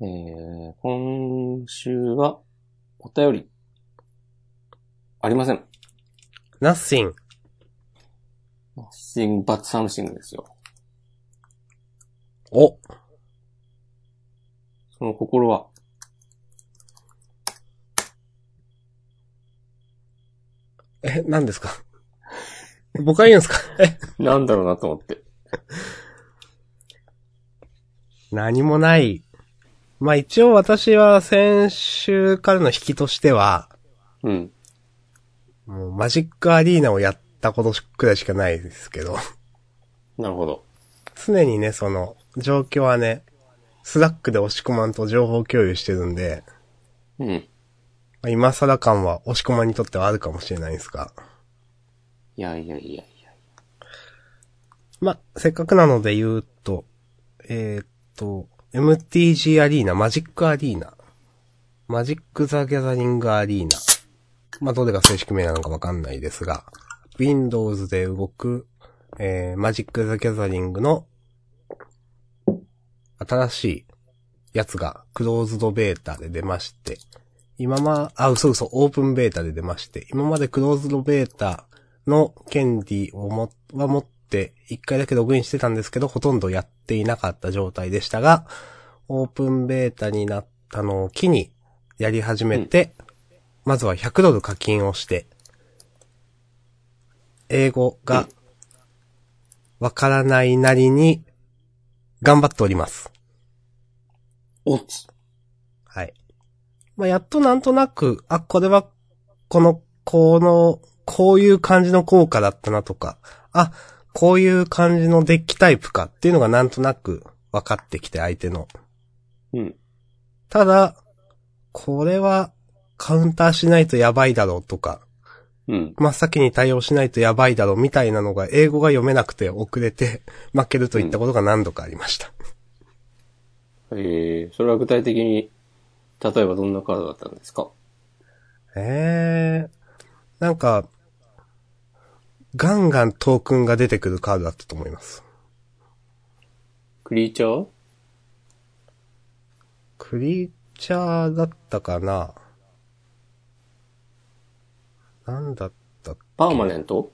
えー、今週は、お便り、ありません。 nothing. ナッシングバッツサムシングですよ。お、その心は、え、何ですか 僕が言うんですかえ、なんだろうなと思って。何もない。まあ一応私は先週からの引きとしては、うん。もうマジックアリーナをやったことくらいしかないですけど、 なるほど。常にね、その、状況はね、スラックで押し込まんと情報共有してるんで、うん。いまあ今更感は押し込まんにとってはあるかもしれないですが、やいやいやいや。まあ、せっかくなので言うと、えーっと、MTG アリーナ、マジックアリーナ、マジックザ・ギャザリングアリーナ。まあ、どれが正式名なのかわかんないですが、Windows で動く、えー、マジックザ・ギャザリングの新しいやつがクローズドベータで出まして、今ま、あ、嘘嘘、オープンベータで出まして、今までクローズドベータの権利をも、は持って、一回だけログインしてたんですけど、ほとんどやっていなかった状態でしたが、オープンベータになったのを機に、やり始めて、まずは100ドル課金をして、英語が、わからないなりに、頑張っております。おつ。はい。まあ、やっとなんとなく、あ、これは、この、この、こういう感じの効果だったなとか、あ、こういう感じのデッキタイプかっていうのがなんとなく分かってきて相手の。うん。ただ、これはカウンターしないとやばいだろうとか、うん。真っ先に対応しないとやばいだろうみたいなのが英語が読めなくて遅れて負けるといったことが何度かありました。えー、それは具体的に、例えばどんなカードだったんですかええなんか、ガンガントークンが出てくるカードだったと思います。クリーチャークリーチャーだったかななんだったいパーマネント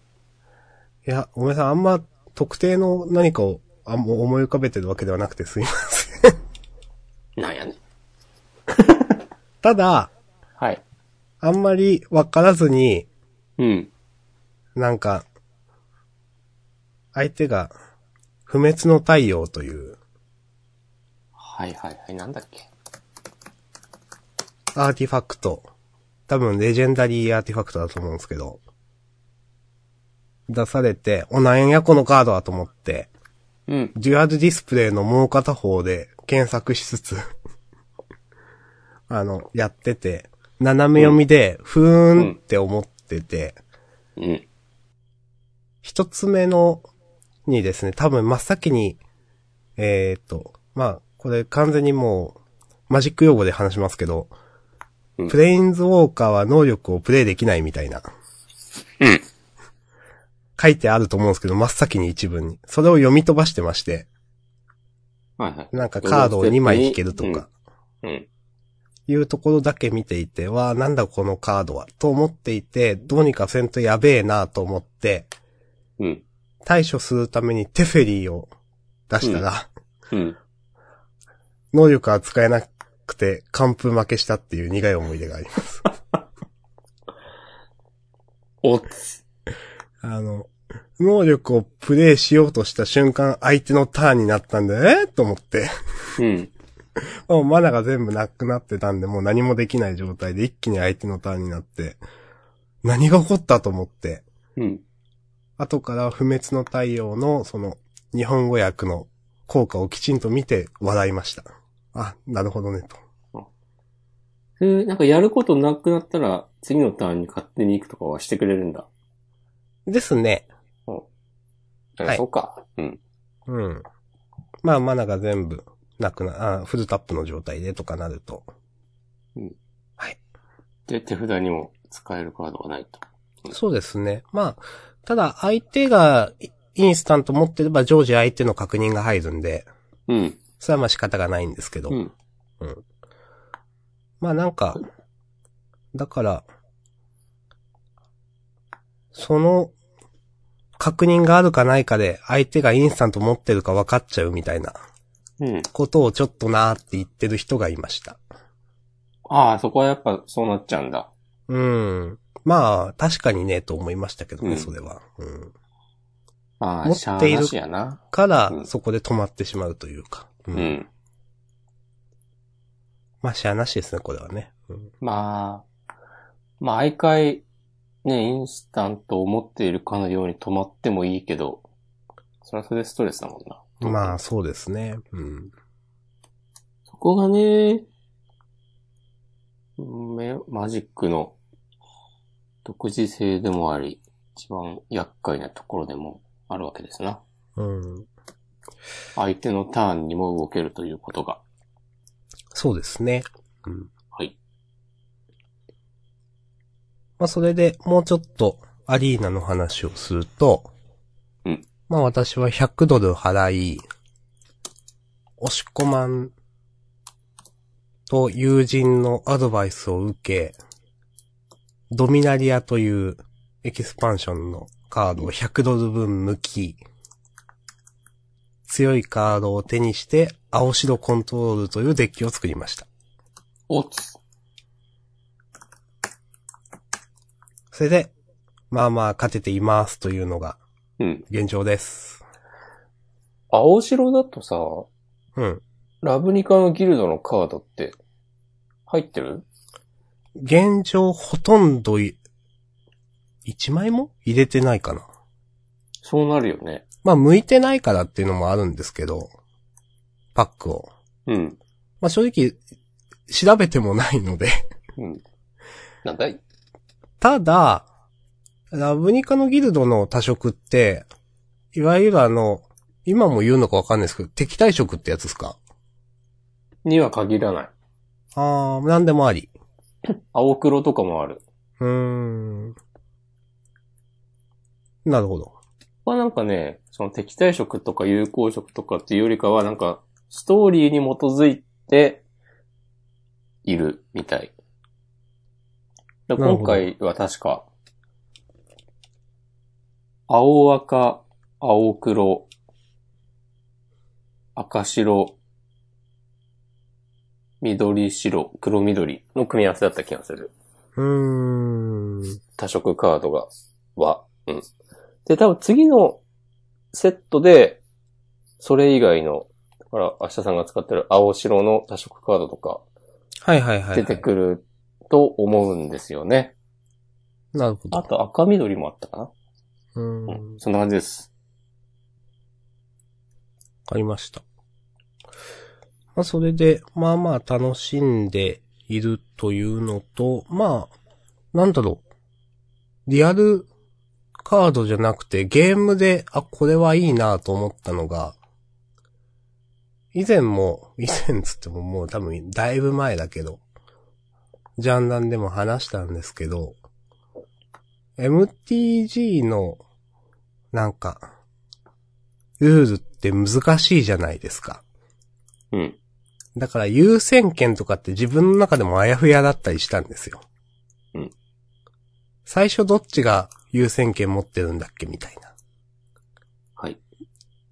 や、ごめんなさい。あんま特定の何かをあもう思い浮かべてるわけではなくてすいません。 なんやねん。ただ、はい。あんまりわからずに、うん。なんか、相手が、不滅の太陽という、はいはいはい。なんだっけアーティファクト。多分、レジェンダリーアーティファクトだと思うんですけど。出されて、お、なんやこのカードはと思って、うん。デュアルディスプレイのもう片方で検索しつつ、 あの、やってて、斜め読みで、ふーんって思ってて、うん。一つ目のにですね、多分真っ先に、えっ、と、まあ、これ完全にもう、マジック用語で話しますけど、うんプレインズウォーカーは能力をプレイできないみたいな、うん。書いてあると思うんですけど、真っ先に一文に。それを読み飛ばしてまして、はいはい。なんかカードを2枚引けるとか、うん。いうところだけ見ていて、わあ、なんだこのカードは、と思っていて、どうにかせんとやべえなと思って、うん。対処するためにテフェリーを出したら、うん。能力は使えなくて、完封負けしたっていう苦い思い出があります。おつ。あの、能力をプレイしようとした瞬間、相手のターンになったんで、えーと思って、 うん。もうマナが全部なくなってたんで、もう何もできない状態で一気に相手のターンになって、何が起こったと思って、うん。後から不滅の太陽の、その、日本語訳の効果をきちんと見て笑いました。あ、なるほどね、と。えー、なんかやることなくなったら、次のターンに勝手に行くとかはしてくれるんだ。ですね。だからはいそうか。うん。うん。まあ、マナが全部、なくな、あフルタップの状態でとかなると。で、手札にも使えるカードがないと。そうですね。まあ、ただ、相手がイインスタント持ってれば、常時相手の確認が入るんで、うん。それはまあ仕方がないんですけど、うん。うん。まあなんか、だから、その、確認があるかないかで、相手がインスタント持ってるか分かっちゃうみたいなうん。ことをちょっとなーって言ってる人がいました。ああ、そこはやっぱそうなっちゃうんだ。うん。まあ、確かにね、と思いましたけどね、うんそれは。うん。あ持あ、っているしゃあなしやな。からう、んそこで止まってしまうというか。う。うんん。まあ、しゃあなしですね、これはね。うん。まあ、まあ、毎回、ね、インスタントを持っているかのように止まってもいいけど、それはそれでストレスだもんな。まあ、そうですね。うん。そこがね、めマジックの独自性でもあり、一番厄介なところでもあるわけですな。うん。相手のターンにも動けるということが。そうですね。うん。はい。まあ、それでもうちょっとアリーナの話をすると、うんまあ、私は100ドル払い、押し込まんと友人のアドバイスを受け、ドミナリアというエキスパンションのカードを100ドル分抜き、強いカードを手にして、青白コントロールというデッキを作りました。おつ。それで、まあまあ勝てていますというのがうん。現状です。青白だとさ、うん。ラブニカのギルドのカードって、入ってる現状ほとんどい、1枚も入れてないかな。そうなるよね。まあ向いてないからっていうのもあるんですけど、パックを。うん。まあ正直、調べてもないので。 うん。なんだいただ、ラブニカのギルドの多色って、いわゆるあの、今も言うのかわかんないですけど、敵対色ってやつですかには限らない。あー、なんでもあり。青黒とかもある。うーん。なるほど。まあなんかね、その敵対色とか友好色とかっていうよりかは、なんか、ストーリーに基づいて、いるみたい。だなるほど今回は確か、青赤、青黒、赤白、緑白、黒緑の組み合わせだった気がする。うーん。多色カードが、は、うん。で、多分次のセットで、それ以外の、だから、明日さんが使ってる青白の多色カードとかはいはいはい、はい。出てくると思うんですよね。なるほどあ。と赤緑もあったかうーん。な、わうん、そんな感じです。かりました。まあ、それで、まあまあ楽しんでいるというのと、まあ、なんだろう。リアルカードじゃなくて、ゲームで、あ、これはいいなと思ったのが、以前も、以前つってももう多分だいぶ前だけど、ジャンダンでも話したんですけど、MTG の、なんか、ルールって難しいじゃないですか。うん。だから優先権とかって自分の中でもあやふやだったりしたんですよ。うん。最初どっちが優先権持ってるんだっけみたいな。はい。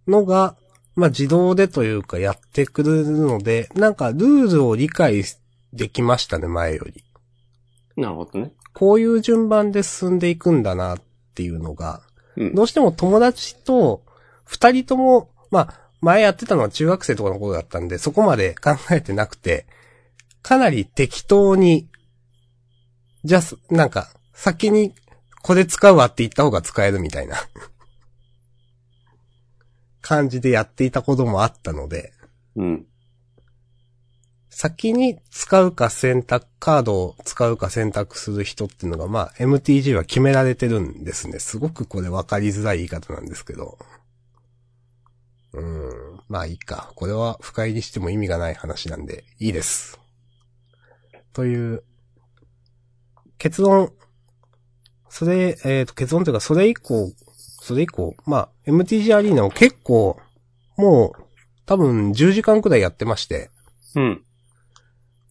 のが、まあ、自動でというかやってくれるので、なんかルールを理解できましたね、前より。なるほどね。こういう順番で進んでいくんだなっていうのが、うん。どうしても友達と、二人とも、まあ、前やってたのは中学生とかの頃だったんで、そこまで考えてなくて、かなり適当に、じゃあ、すなんか、先に、これ使うわって言った方が使えるみたいな、感じでやっていたこともあったので、うん。先に使うか選択、カードを使うか選択する人っていうのが、まあ、MTG は決められてるんですね。すごくこれ分かりづらい言い方なんですけど。うーん。まあいいか。これは深入りしても意味がない話なんで、いいです。という、結論、それ、えっ、と、結論というか、それ以降、それ以降、まあ、MTG アリーナを結構、もう、多分10時間くらいやってまして、うん。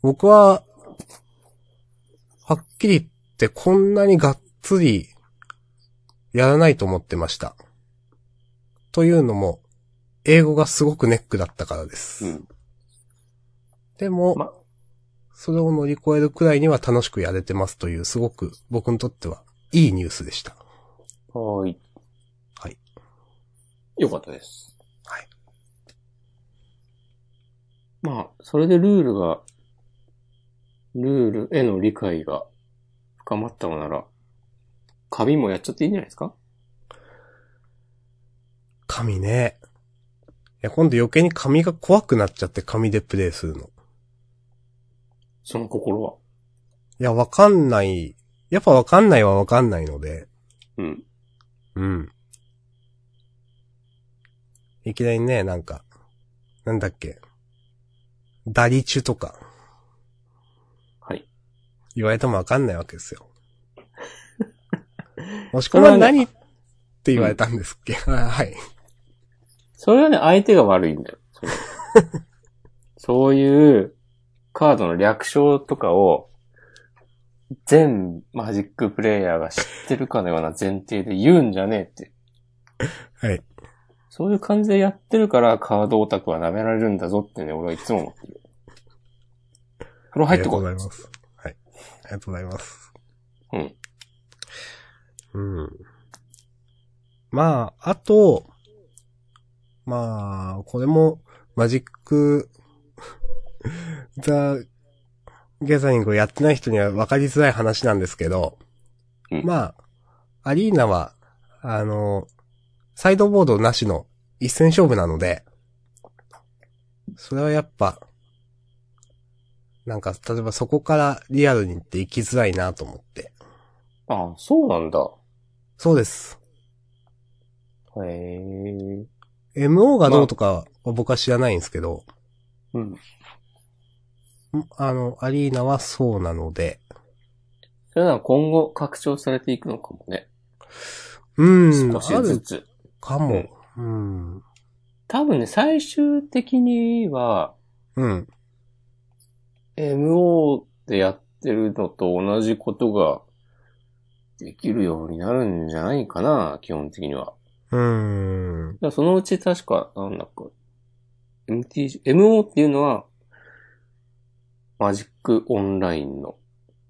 僕は、はっきり言ってこんなにがっつりやらないと思ってました。というのも、英語がすごくネックだったからです。うん。でも、まそれを乗り越えるくらいには楽しくやれてますという、すごく僕にとってはいいニュースでした。はい。はい。よかったです。はい。まあ、それでルールが、ルールへの理解が深まったのなら、紙もやっちゃっていいんじゃないですか紙ね。いや、今度余計に紙が怖くなっちゃって紙でプレイするの。その心は。いや、わかんない。やっぱわかんないはわかんないので。うん。うん。いきなりね、なんか、なんだっけ。ダリチュとかはい。言われてもわかんないわけです よ。もしくは何って言われたんですっけ、 はい。それはね、相手が悪いんだ よ。それそういうカードの略称とかを、全マジックプレイヤーが知ってるかのような前提で言うんじゃねえって。はい。そういう感じでやってるからカードオタクは舐められるんだぞってね、俺はいつも思ってる。風呂入ってこあい。りがとうございます。はい。ありがとうございます。うん。うん。まあ、あと、まあ、これも、マジック、 ザ・ゲザリングをやってない人には分かりづらい話なんですけど、うんまあ、アリーナは、あの、サイドボードなしの一戦勝負なので、それはやっぱ、なんか、例えばそこからリアルにって行きづらいなと思って。ああ、そうなんだ。そうです。へえ。 MO がどうとかは僕は知らないんですけど、うん。んあの、アリーナはそうなので、それなら今後拡張されていくのかもね。うん、少しあずるつ。かも。うん。多分ね、最終的には、うん。 MO でやってるのと同じことができるようになるんじゃないかな、基本的には。だかうん。らそのうち確か、なんだっけ、MT、MO っていうのは、マジックオンラインの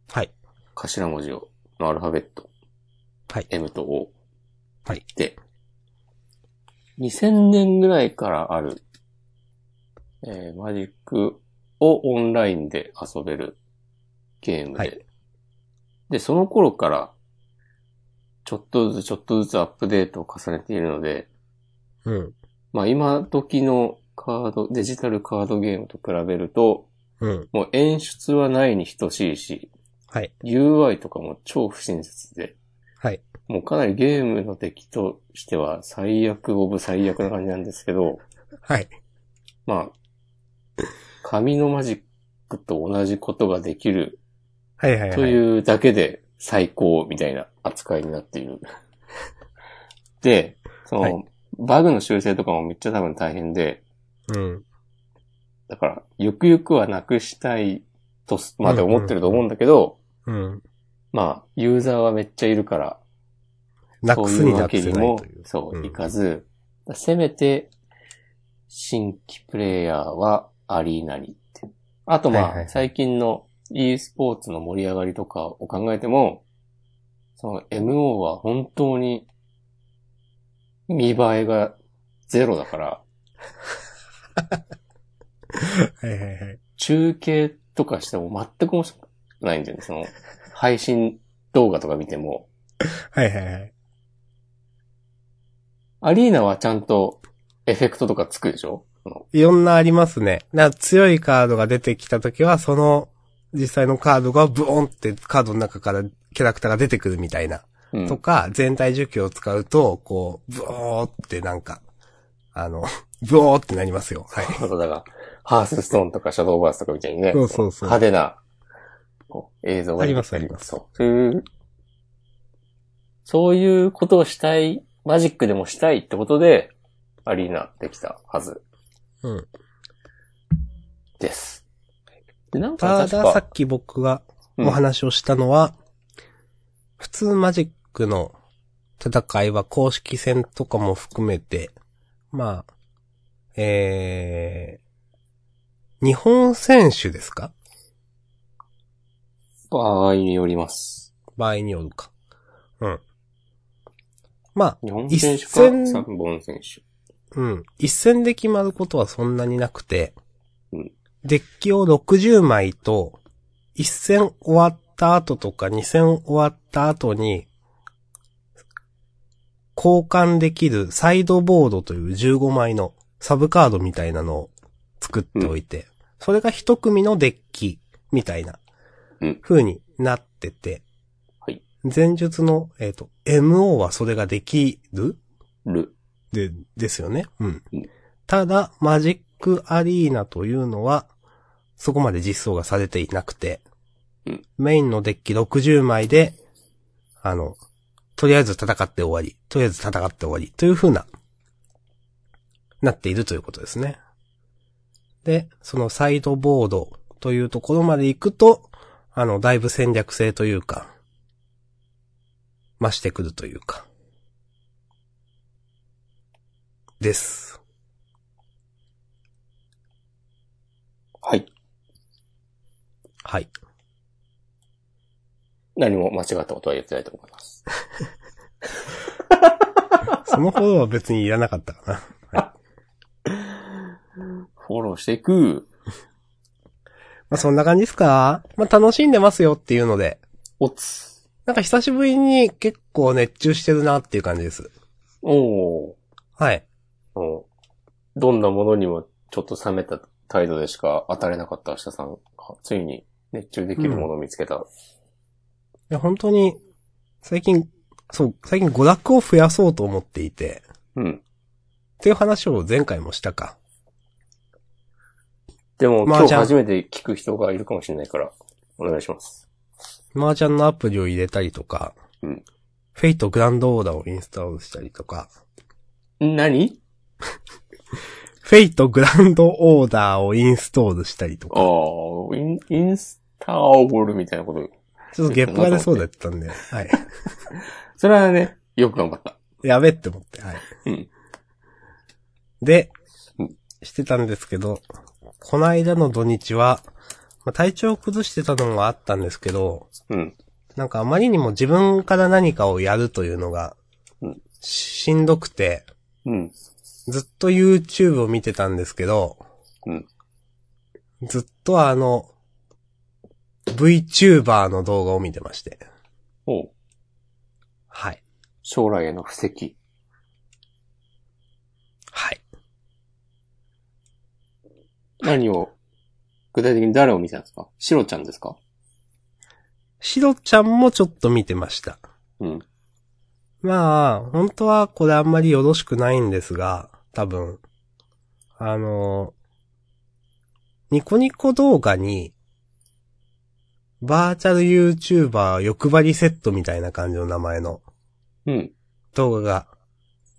はい。頭文字を、のアルファベット。はい M と O。はい。で、2000年ぐらいからある、えーマジックをオンラインで遊べるゲームで、はいで、その頃から、ちょっとずつちょっとずつアップデートを重ねているので、うん。まあ今時のカード、デジタルカードゲームと比べると、うん。もう演出はないに等しいし、はい。 UI とかも超不親切で、はい。もうかなりゲームの出来としては最悪オブ最悪な感じなんですけ ど、はい。まあ、紙のマジックと同じことができるはいはいはい。というだけで最高みたいな扱いになっている。 で、その、はいバグの修正とかもめっちゃ多分大変で、うん。だから、ゆくゆくはなくしたいとすまで思ってると思うんだけど、うん。まあ、ユーザーはめっちゃいるから、なそくうすいにうなわくけせにないもという。、そう、んいかず、せめて、新規プレイヤーはアリーナにって。あとまあ、はいはいはい最近の e スポーツの盛り上がりとかを考えても、その MO は本当に見栄えがゼロだから、はいはいはい。中継とかしても全く面白くないんだよね。その、配信動画とか見ても、はいはいはい。アリーナはちゃんとエフェクトとかつくでしょそのいろんなありますね。な強いカードが出てきたときは、その、実際のカードがブオンってカードの中からキャラクターが出てくるみたいな。うんとか、全体受給を使うと、こう、ブオーってなんか、あの、 ブオーってなりますよ。はい。そうそうだから、ハースストーンとかシャドーバースとかみたいにね、そうそうそう。派手なこう映像が。ありますありますそう。そういう、そういうことをしたい、マジックでもしたいってことで、アリーナできたはずうん。です。で、なんかただ確か、さっき僕がうんお話をしたのは、普通マジックの戦いは公式戦とかも含めて、まあ、えー、日本選手ですか場合によります。場合によるか。うん。まあ、日本選手か一戦三本選手。うん。一戦で決まることはそんなになくて、うんデッキを60枚と、一戦終わった後とか二戦終わった後に、交換できるサイドボードという15枚のサブカードみたいなのを作っておいて、それが一組のデッキみたいなうん風になってて、はい前述の、えっ、と、MO はそれができるる。で、ですよね。うんうん。ただ、マジックアリーナというのは、そこまで実装がされていなくて、うんメインのデッキ60枚で、あの、とりあえず戦って終わり、とりあえず戦って終わり、という風な、なっているということですね。で、そのサイドボードというところまで行くと、あの、だいぶ戦略性というか、増してくるというか、です。はい。はい。何も間違ったことは言ってないと思います。その方は別にいらなかったかな。 フォローしていく。まあそんな感じですかまあ楽しんでますよっていうので、おつ。なんか久しぶりに結構熱中してるなっていう感じです。おーはい。うん。どんなものにもちょっと冷めた態度でしか当たれなかった明日さんが、ついに熱中できるものを見つけた。いや本当に、最近、そう、最近娯楽を増やそうと思っていて、うん。っていう話を前回もしたか。でも、まあ今日じゃあ初めて聞く人がいるかもしれないから、お願いします。麻雀のアプリを入れたりとか、うんフェイトグランドオーダーをインストールしたりとか、何フェイトグランドオーダーをインストールしたりとか、ああ、イン、インスターボールみたいなこと。ちょっとゲップが出そうだったんで、はい。それはね、よく頑張った。やべって思って、はい。うん。でうん、してたんですけど、この間の土日は、まあ、体調を崩してたのがあったんですけど、うん。なんかあまりにも自分から何かをやるというのがうん、しんどくて、うん。ずっと YouTube を見てたんですけど、うんずっとあの、VTuber の動画を見てまして。おうはい。将来への布石。はい。何を、具体的に誰を見てたんですかシロちゃんですかしろちゃんもちょっと見てました。うん。まあ、本当はこれあんまりよろしくないんですが、多分。あの、ニコニコ動画に、バーチャル YouTuber 欲張りセットみたいな感じの名前のうん。動画が、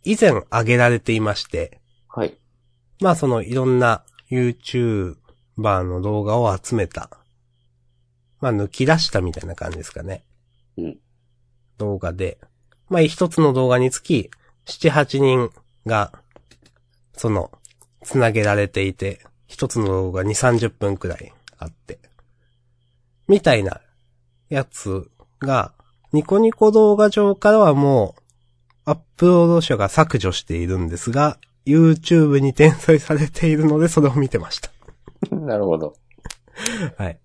以前上げられていまして、はい。 まあそのいろんな YouTuber の動画を集めた、まあ抜き出したみたいな感じですかね。うん動画で、まあ一つの動画につき、7、8人が、その、つなげられていて、一つの動画2、30分くらいあって、みたいなやつが、ニコニコ動画上からはもう、アップロード者が削除しているんですが、YouTube に転載されているので、それを見てました。なるほど。はい。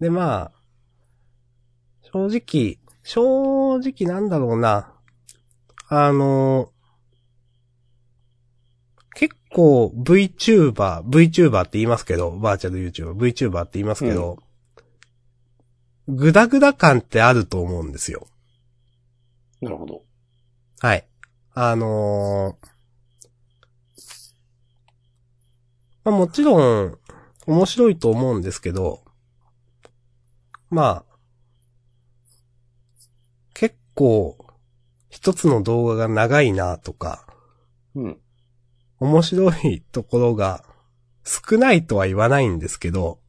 で、まあ、正直、正直なんだろうな。あの、結構 VTuber、VTuber って言いますけど、バーチャル YouTuber、VTuber って言いますけど、グダグダ感ってあると思うんですよ。なるほど。はい。あのーまあもちろん、面白いと思うんですけど、まあ、結構、一つの動画が長いなとか、うん。面白いところが少ないとは言わないんですけど、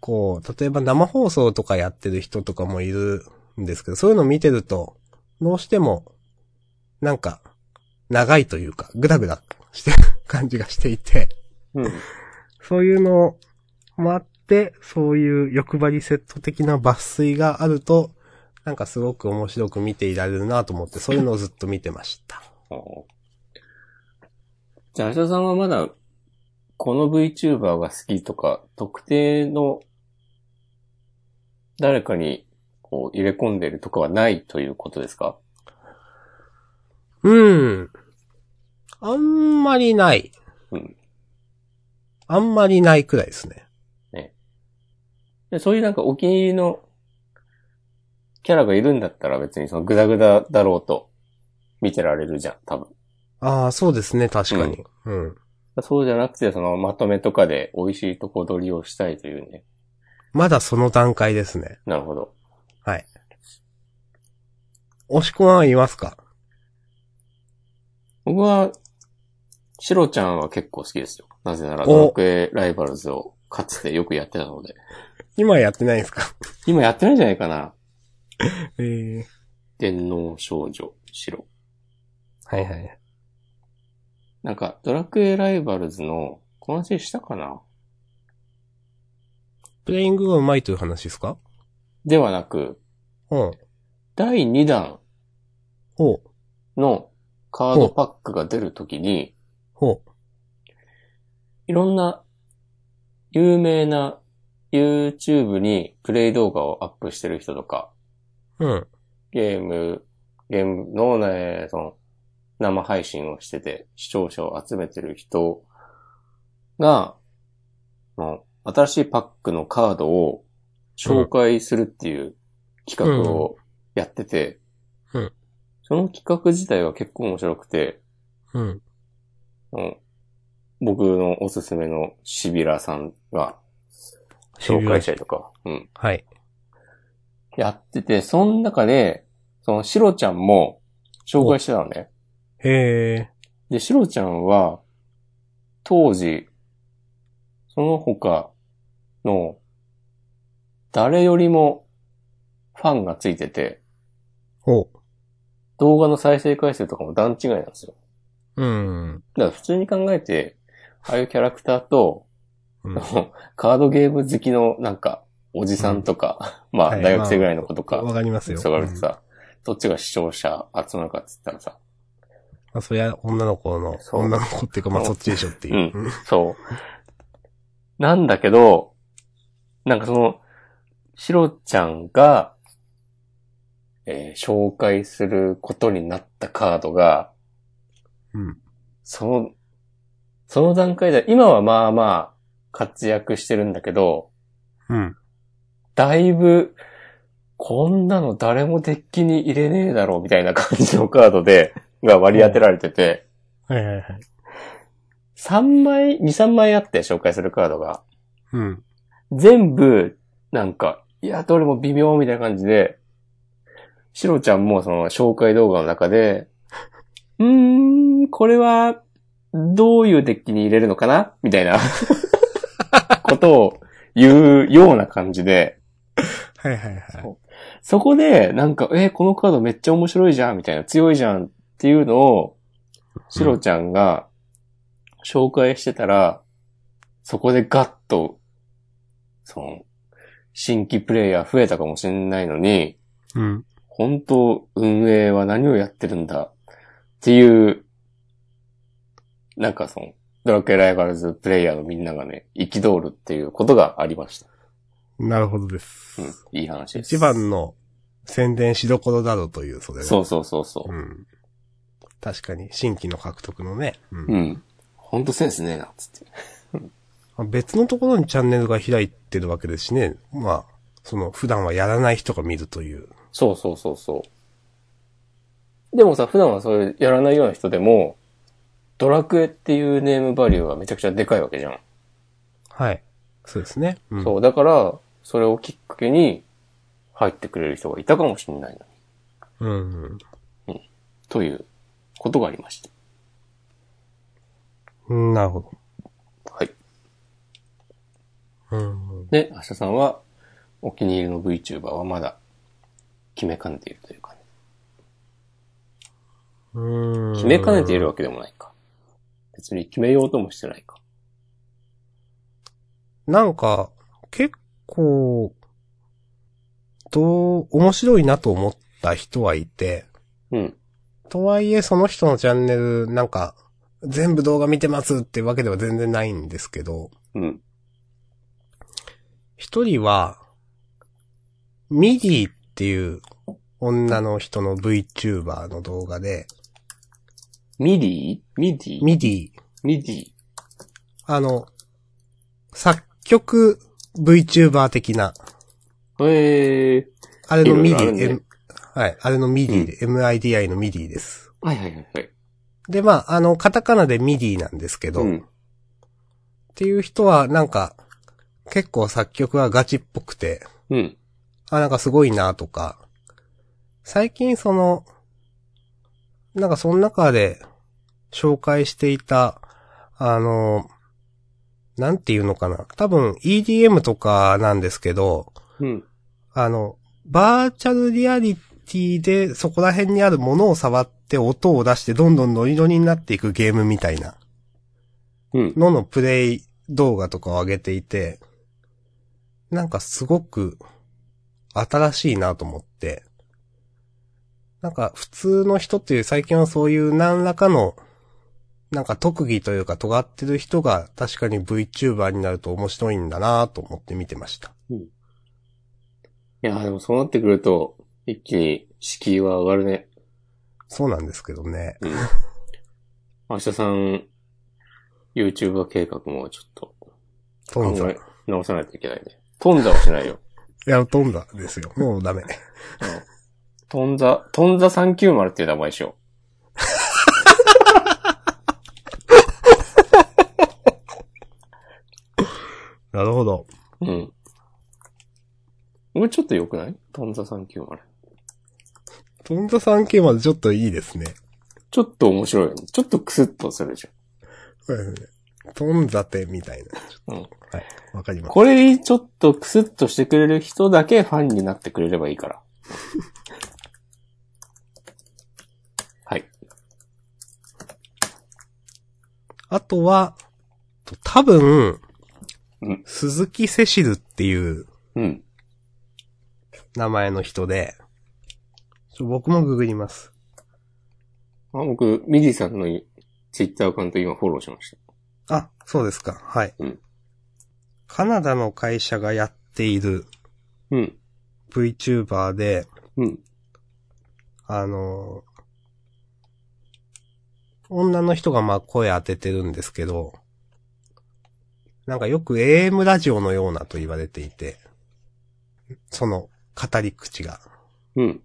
構、例えば生放送とかやってる人とかもいるんですけど、そういうの見てると、どうしても、なんか、長いというか、ぐだぐだしてる感じがしていて、うん。そういうのもあって、そういう欲張りセット的な抜粋があると、なんかすごく面白く見ていられるなと思って、そういうのをずっと見てました。あーじゃあ、明日さんはまだ、この VTuber が好きとか、特定の、誰かに、こう、入れ込んでるとかはないということですかうん。あんまりない。うんあんまりないくらいですね。でそういうなんかお気に入りのキャラがいるんだったら別にそのグダグダだろうと見てられるじゃん、多分。ああ、そうですね、確かに。うん。そうじゃなくて、そのまとめとかで美味しいとこ取りをしたいというね。まだその段階ですね。なるほど。はい。押し込まんいますか僕は、シロちゃんは結構好きですよ。なぜなら、おドラクエライバルズをかつてよくやってたので。今やってないんで すか今やってないんじゃないかな。ええ天皇少女、シロ。はいはい。なんか、ドラクエライバルズの、この話したかなプレイングが上手いという話ですかではなく、うん。第2弾ほう。のカードパックが出るときに、ほう。いろんな有名な YouTube にプレイ動画をアップしてる人とか、うん。ゲーム、ゲームのね、その、生配信をしてて、視聴者を集めてる人が、もう新しいパックのカードを紹介するっていう企画をやってて、うんうんその企画自体は結構面白くて、うん。うん僕のおすすめのシビラさんが紹介したりとか、うん、はい。やってて、その中で、そのシロちゃんも紹介してたのね。へえ。で、シロちゃんは、当時、その他の、誰よりもファンがついてて、ほ動画の再生回数とかも段違いなんですよ。う。うん。だから普通に考えて、ああいうキャラクターと、 うんあのカードゲーム好きのなんか、おじさんとか、まあ、はい大学生ぐらいの子とか、わかりますよ。そうがるとさ、どっちが視聴者集まるかって言ったらさ、まあ、そりゃ、女の子の、そう女の子っていうか、まあ、そそうっちでしょっていう。うんそう。なんだけど、なんかその、シロちゃんが、えー紹介することになったカードが、うん。その、その段階で、今はまあまあ、活躍してるんだけど、うん。だいぶ、こんなの誰もデッキに入れねえだろうみたいな感じのカードで、が割り当てられてて、はいはいはい。 3枚、2、3枚あって紹介するカードが、うん。全部、なんか、いや、どれも微妙みたいな感じで、シロちゃんもその紹介動画の中で、うーん、これは、どういうデッキに入れるのかなみたいな、ことを言うような感じで、はいはいはい。そこで、なんか、えーこのカードめっちゃ面白いじゃん、みたいな、強いじゃんっていうのを、シロちゃんが紹介してたら、そこでガッと、その、新規プレイヤー増えたかもしれないのに、うん。本当、運営は何をやってるんだっていう、なんかその、ドラクエライバルズプレイヤーのみんながね、憤るっていうことがありました。なるほどです。うん、いい話です。一番の宣伝しどころだろうという、それは。そうそうそうそう。うん。確かに、新規の獲得のね。うんん。ほんとセンスねえな、つって。別のところにチャンネルが開いてるわけですしね。まあ、その、普段はやらない人が見るという。そうそうそうそう。でもさ、普段はそういうやらないような人でも、ドラクエっていうネームバリューがめちゃくちゃでかいわけじゃん。はい。そうですね。うん。そう、だから、それをきっかけに入ってくれる人がいたかもしれないなうん。ということがありました。うん。なるほはい。ど。うん。で、明日さんは、お気に入りの VTuber はまだ、決めかねているというか、ね、うん。決めかねているわけでもないか。別に決めようともしてないか。なんか、結構、どう、面白いなと思った人はいて、うん。とはいえその人のチャンネル、なんか、全部動画見てますってわけでは全然ないんですけど、うん。一人は、ミディっていう女の人の VTuber の動画で、ミディミディミディ、ミディあの、作曲 VTuber 的な、えー。あれのミデいろいろあるィ、ね M はい、あれのミディで、MIDI のミディです。はいはいはいはい。で、まあ、あの、カタカナでミディなんですけど、うっん。ていう人は、なんか、結構作曲はガチっぽくて、うん。あ、なんかすごいなとか、最近その、なんかその中で紹介していた、あの、なんていうのかな。多分 EDM とかなんですけど、うん。あの、バーチャルリアリティでそこら辺にあるものを触って音を出してどんどんノリノリになっていくゲームみたいなうん。ののプレイ動画とかを上げていて、なんかすごく新しいなと思って、なんか普通の人っていう最近はそういう何らかの、なんか特技というか尖ってる人が確かに VTuber になると面白いんだなと思って見てました。いやーでもそうなってくると、一気に敷居は上がるね。そうなんですけどね。うん。明日さん、YouTuber 計画もちょっとト考ンザ。いえ直さないといけないね。トンザはしないよ。や、トンザですよ。もうダメ。トンザ、トンザ390っていう名前しよなるほど。う。うん。もうちょっと良くないトンザ390。トンザ 3K までちょっといいですね。ちょっと面白いよね。ちょっとクスッとするじそうですね。トンザテみたいな。ちょっとうんはい。わかりゃん。ます。これ、ちょっとクスッとしてくれる人だけファンになってくれればいい から。はい。あとは、と多分、うん鈴木セシルっていううん。名前の人で、ちょ僕もググります。あ僕、ミディさんのツイッターアカウント今フォローしました。あ、そうですか。はい。うんカナダの会社がやっているうん。 VTuber で、うん。あのー女の人がまあ声当ててるんですけど、なんかよく AM ラジオのようなと言われていて、その語り口が。うん。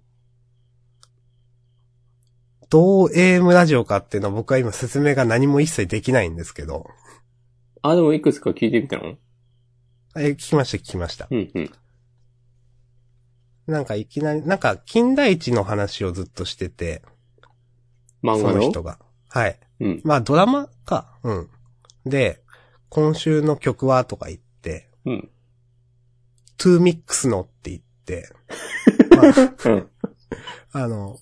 どう AM ラジオかっていうのは僕は今説明が何も一切できないんですけど、あ、でもいくつか聞いてみたのえ、聞きました聞きました。うん、うん。なんかいきなり、なんか近代一の話をずっとしてて、漫そ画のの人が。はい。うん。まあドラマか。うん。で、今週の曲はとか言って、うん。トゥーミックスのって 言って、まうん。あ、あの、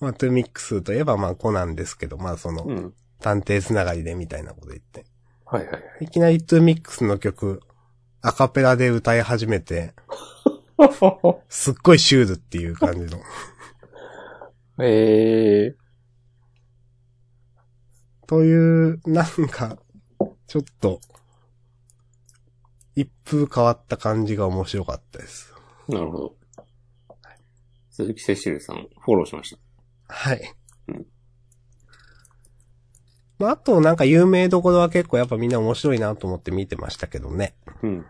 まあ、トゥーミックスといえばまあ子なんですけど、まあその、うん。探偵つながりでみたいなこと言って。はいはいはい。いきなりトゥーミックスの曲、アカペラで歌い始めて、すっごいシュールっていう感じの。 ええという、なんか、ちょっと、一風変わった感じが面白かったです。ー、なるほど。鈴木セシルさん、フォローしました。はいうん。まあ、あとなんか有名どころは結構やっぱみんな面白いなと思って見てましたけどね。うん。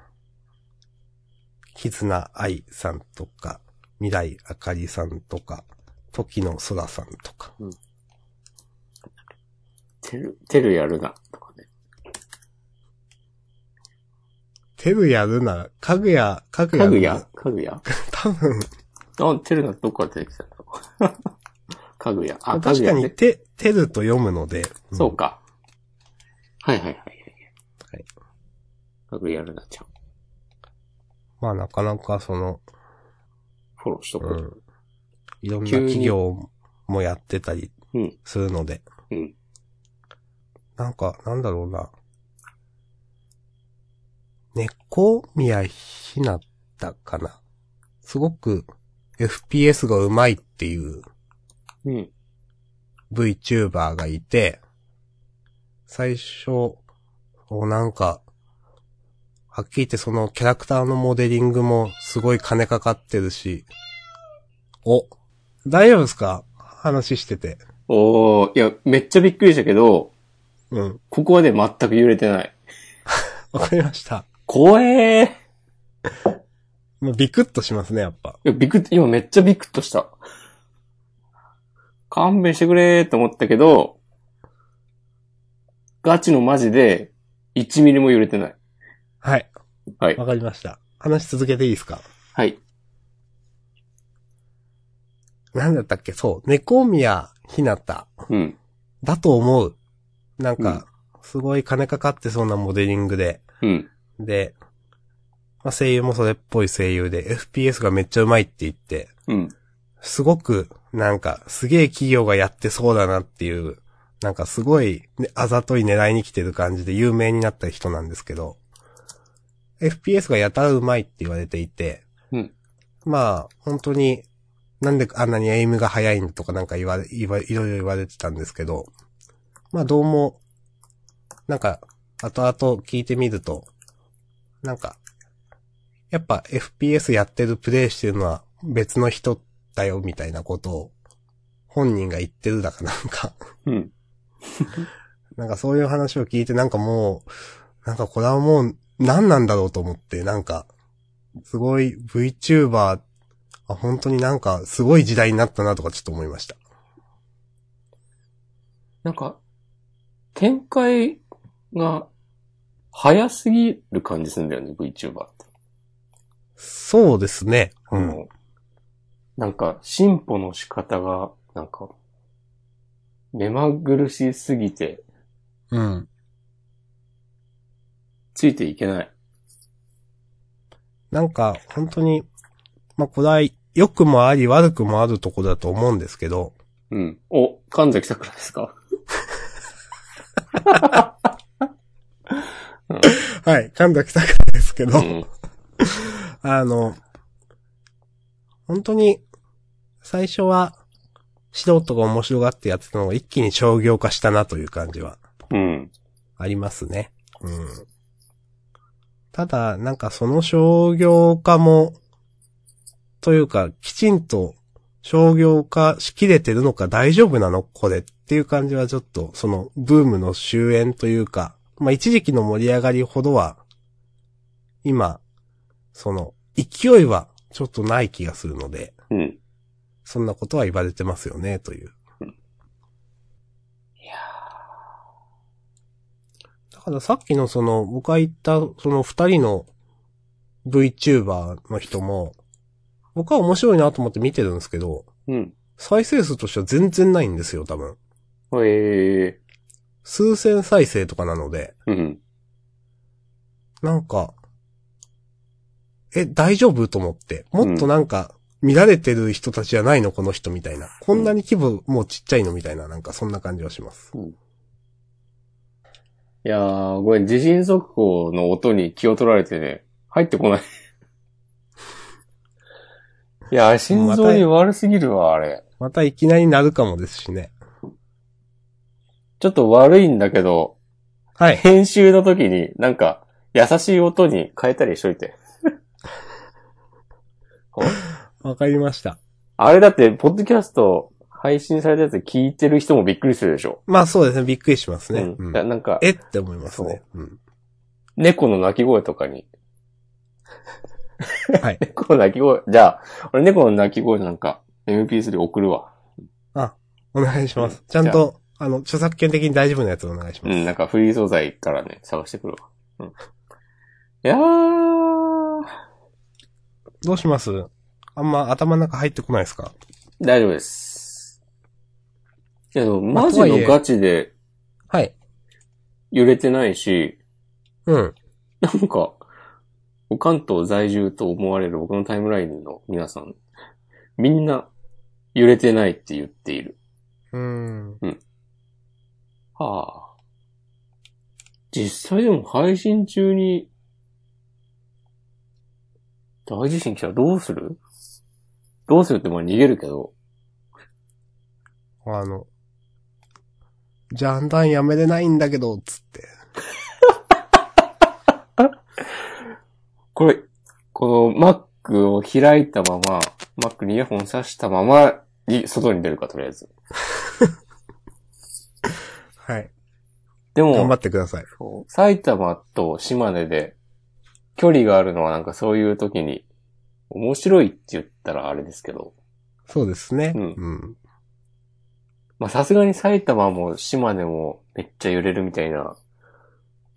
絆愛さんとか、未来あかりさんとか、時の空さんとか。てる、てるやるな、とかね。てるやるな、かぐや、かぐや。かぐやかぐや 多分、あ、てるな、どっから出てきたの かぐや。あ、かぐ確かやにね。て、てると読むので。んそうか。はいはいはい。はい。かぐやるなちゃん。まあなかなかその、フォローしとく。うん。いろんな急に企業もやってたりうんするので。うんなんか、なんだろうな。猫宮ひなたかな。すごく FPS が上手いっていううん。 VTuber がいて、最初、おなんか、はっきり言ってそのキャラクターのモデリングもすごい金かかってるし、お、大丈夫ですか話してて。おー、いや、めっちゃびっくりしたけど、うん。ここはね、全く揺れてない。わかりました。怖えーいもうビクッとしますね、やっぱ。や。びくっ、今めっちゃびくっとした。勘弁してくれーと思ったけど、ガチのマジで、1ミリも揺れてない。はい。はいわ。かりました。話続けていいですかはい。なんだったっけそう。猫宮ひなたうん。だと思う。なんか、すごい金かかってそうなモデリングで。うん。で、まあ、声優もそれっぽい声優で、FPS がめっちゃうまいって言って、うん。すごく、なんか、すげえ企業がやってそうだなっていう、なんかすごい、ね、あざとい狙いに来てる感じで有名になった人なんですけど、FPS がやたらうまいって言われていて、うんまあ、本当に、なんであんなにエイムが早いんだとかなんか言われ、言わいろいろ言われてたんですけど、まあどうも、なんか、後々聞いてみると、なんか、やっぱ FPS やってるプレイしてるのは別の人だよみたいなことを本人が言ってるだかなんか、 うん。なんかそういう話を聞いてなんかもう、なんかこれはもう何なんだろうと思って、なんか、すごい VTuber、あ本当になんかすごい時代になったなとかちょっと思いました。なんか、展開が早すぎる感じするんだよね、VTuber って。そうですね。あの、なんか、進歩の仕方が、なんか、目まぐるしすぎて、うん。ついていけない。なんか本当に、まあこれは良くもあり悪くもあるとこだと思うんですけど、うん。お、神崎桜ですかはい、神崎坂ですけうど、ん。あの、本当に、最初は、素人が面白がってやってたのが一気に商業化したなという感じはうん。ありますね。うん。ただ、なんかその商業化も、というか、きちんと商業化しきれてるのか大丈夫なのこれっていう感じはちょっと、そのブームの終焉というか、まあ一時期の盛り上がりほどは、今、その、勢いはちょっとない気がするので、うん。そんなことは言われてますよね、という。いやだからさっきのその、僕が言ったその二人の VTuber の人も、僕は面白いなと思って見てるんですけど、ーうん。再生数としては全然ないんですよ、多分。ええ数千再生とかなので、ー。うん。なんか、え、大丈夫と思って。もっとなんか、見られてる人たちじゃないのこの人みたいな。こんなに規模もうちっちゃいのみたいな、なんかそんな感じはします。いやー、ごめん、地震速報の音に気を取られてね、入ってこない。 いやー、心臓に悪すぎるわ、あれ。またいきなりなるかもですしね。ちょっと悪いんだけど、はい。編集の時に、なんか、優しい音に変えたりしといて。わかりました。あれだって、ポッドキャスト配信されたやつ聞いてる人もびっくりするでしょ。まあそうですね、びっくりしますね。う。うんんだからなんか、えって思いますね。うん。猫の鳴き声とかに。はい。 猫の鳴き声。じゃあ、俺猫の鳴き声なんか、MP3 送るわ。お願いしまうんす。ちゃんと、あの、著作権的に大丈夫なやつをお願いしうまん、す。なんかフリー素材からね、探してくるわ。うん。いやー、どうしますあんま頭の中入ってこないですか大丈夫です。けど、まあマジとはのいえガチではい。揺れてないし、うん。なんか、お関東在住と思われる僕のタイムラインの皆さん、みんな揺れてないって言っている。うん。はあ。実際でも配信中に、大地震来たらどうするどうするってまあ逃げるけど、あの、ジャンダンやめれないんだけど、つって。これ、この Mac を開いたまま、Mac にイヤホン挿したまま、い外に出るか、とりあえず。はい。で頑張もっ、てください。そう埼玉と島根で距離があるのはなんかそういう時に、面白いって言ったらあれですけど、そうですね。うんうん。まあさすがに埼玉も島根もめっちゃ揺れるみたいな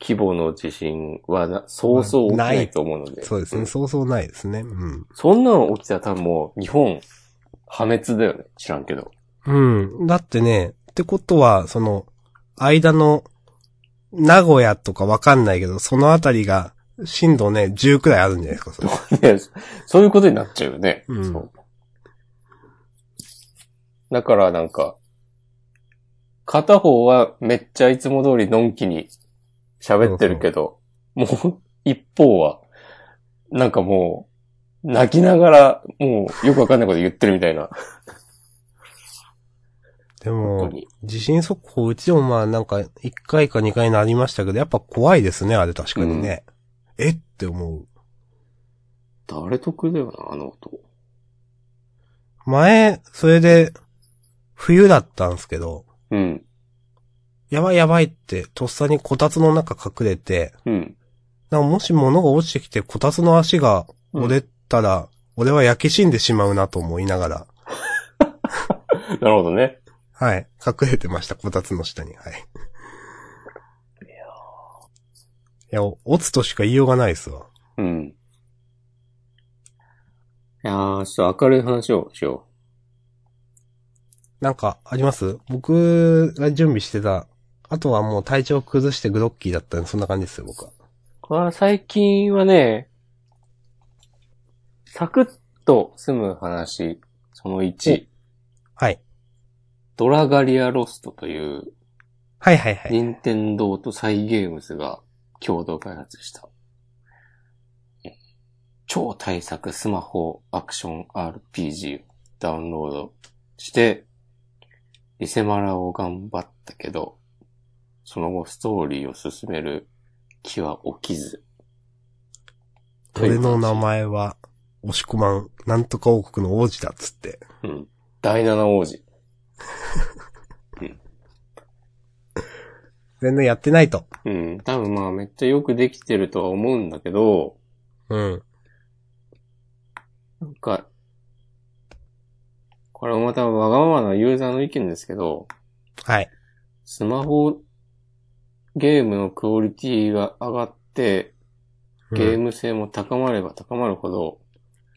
規模の地震はなそうそう起きないと思うので。そうですね。んそうそうないですね。うん。そんなの起きたら多分もう日本破滅だよね。知らんけど。うん。だってね、ってことは、その、間の、名古屋とかわかんないけど、そのあたりが、震度ね、10くらいあるんじゃないですか、それ。 ねそういうことになっちゃうよね。うんそうだからなんか、片方はめっちゃいつも通りのんきに喋ってるけど、もう一方は、なんかもう、泣きながら、もうよくわかんないこと言ってるみたいな。で本当もに、地震速報、うちもまあなんか、1回か2回なりましたけど、やっぱ怖いですね、あれ確かにね。えって思う。誰得だよな、あの音。前、それで、冬だったんですけど、うん、やばいやばいって、とっさにこたつの中隠れて、うん。なんかもし物が落ちてきて、こたつの足が折れたら、俺は焼け死んでしまうなと思いながら、なるほどね。はい。隠れてました、こたつの下に。はい。いや、落つとしか言いようがないですわ。うん。いやー、ちょっと明るい話をしよなんか、あります僕が準備してた、あとはもう体調崩してグロッキーだったんで、そんな感じですよ、僕は。う。まあ、最近はね、サクッと済む話、その1、はい。ドラガリアロストという、はいはいはい。任天堂とサイゲームズが共同開発した、超大作スマホアクション RPG をダウンロードして、リセマラを頑張ったけど、その後ストーリーを進める気は起きず。俺の名前は、押し込まん、なんとか王国の王子だっつって。うん。第七王子。全然やってないと。うん。多分まあめっちゃよくできてるとは思うんだけど、うん。なんか、これもまたわがままなユーザーの意見ですけど、はい。スマホゲームのクオリティが上がって、うんゲーム性も高まれば高まるほど、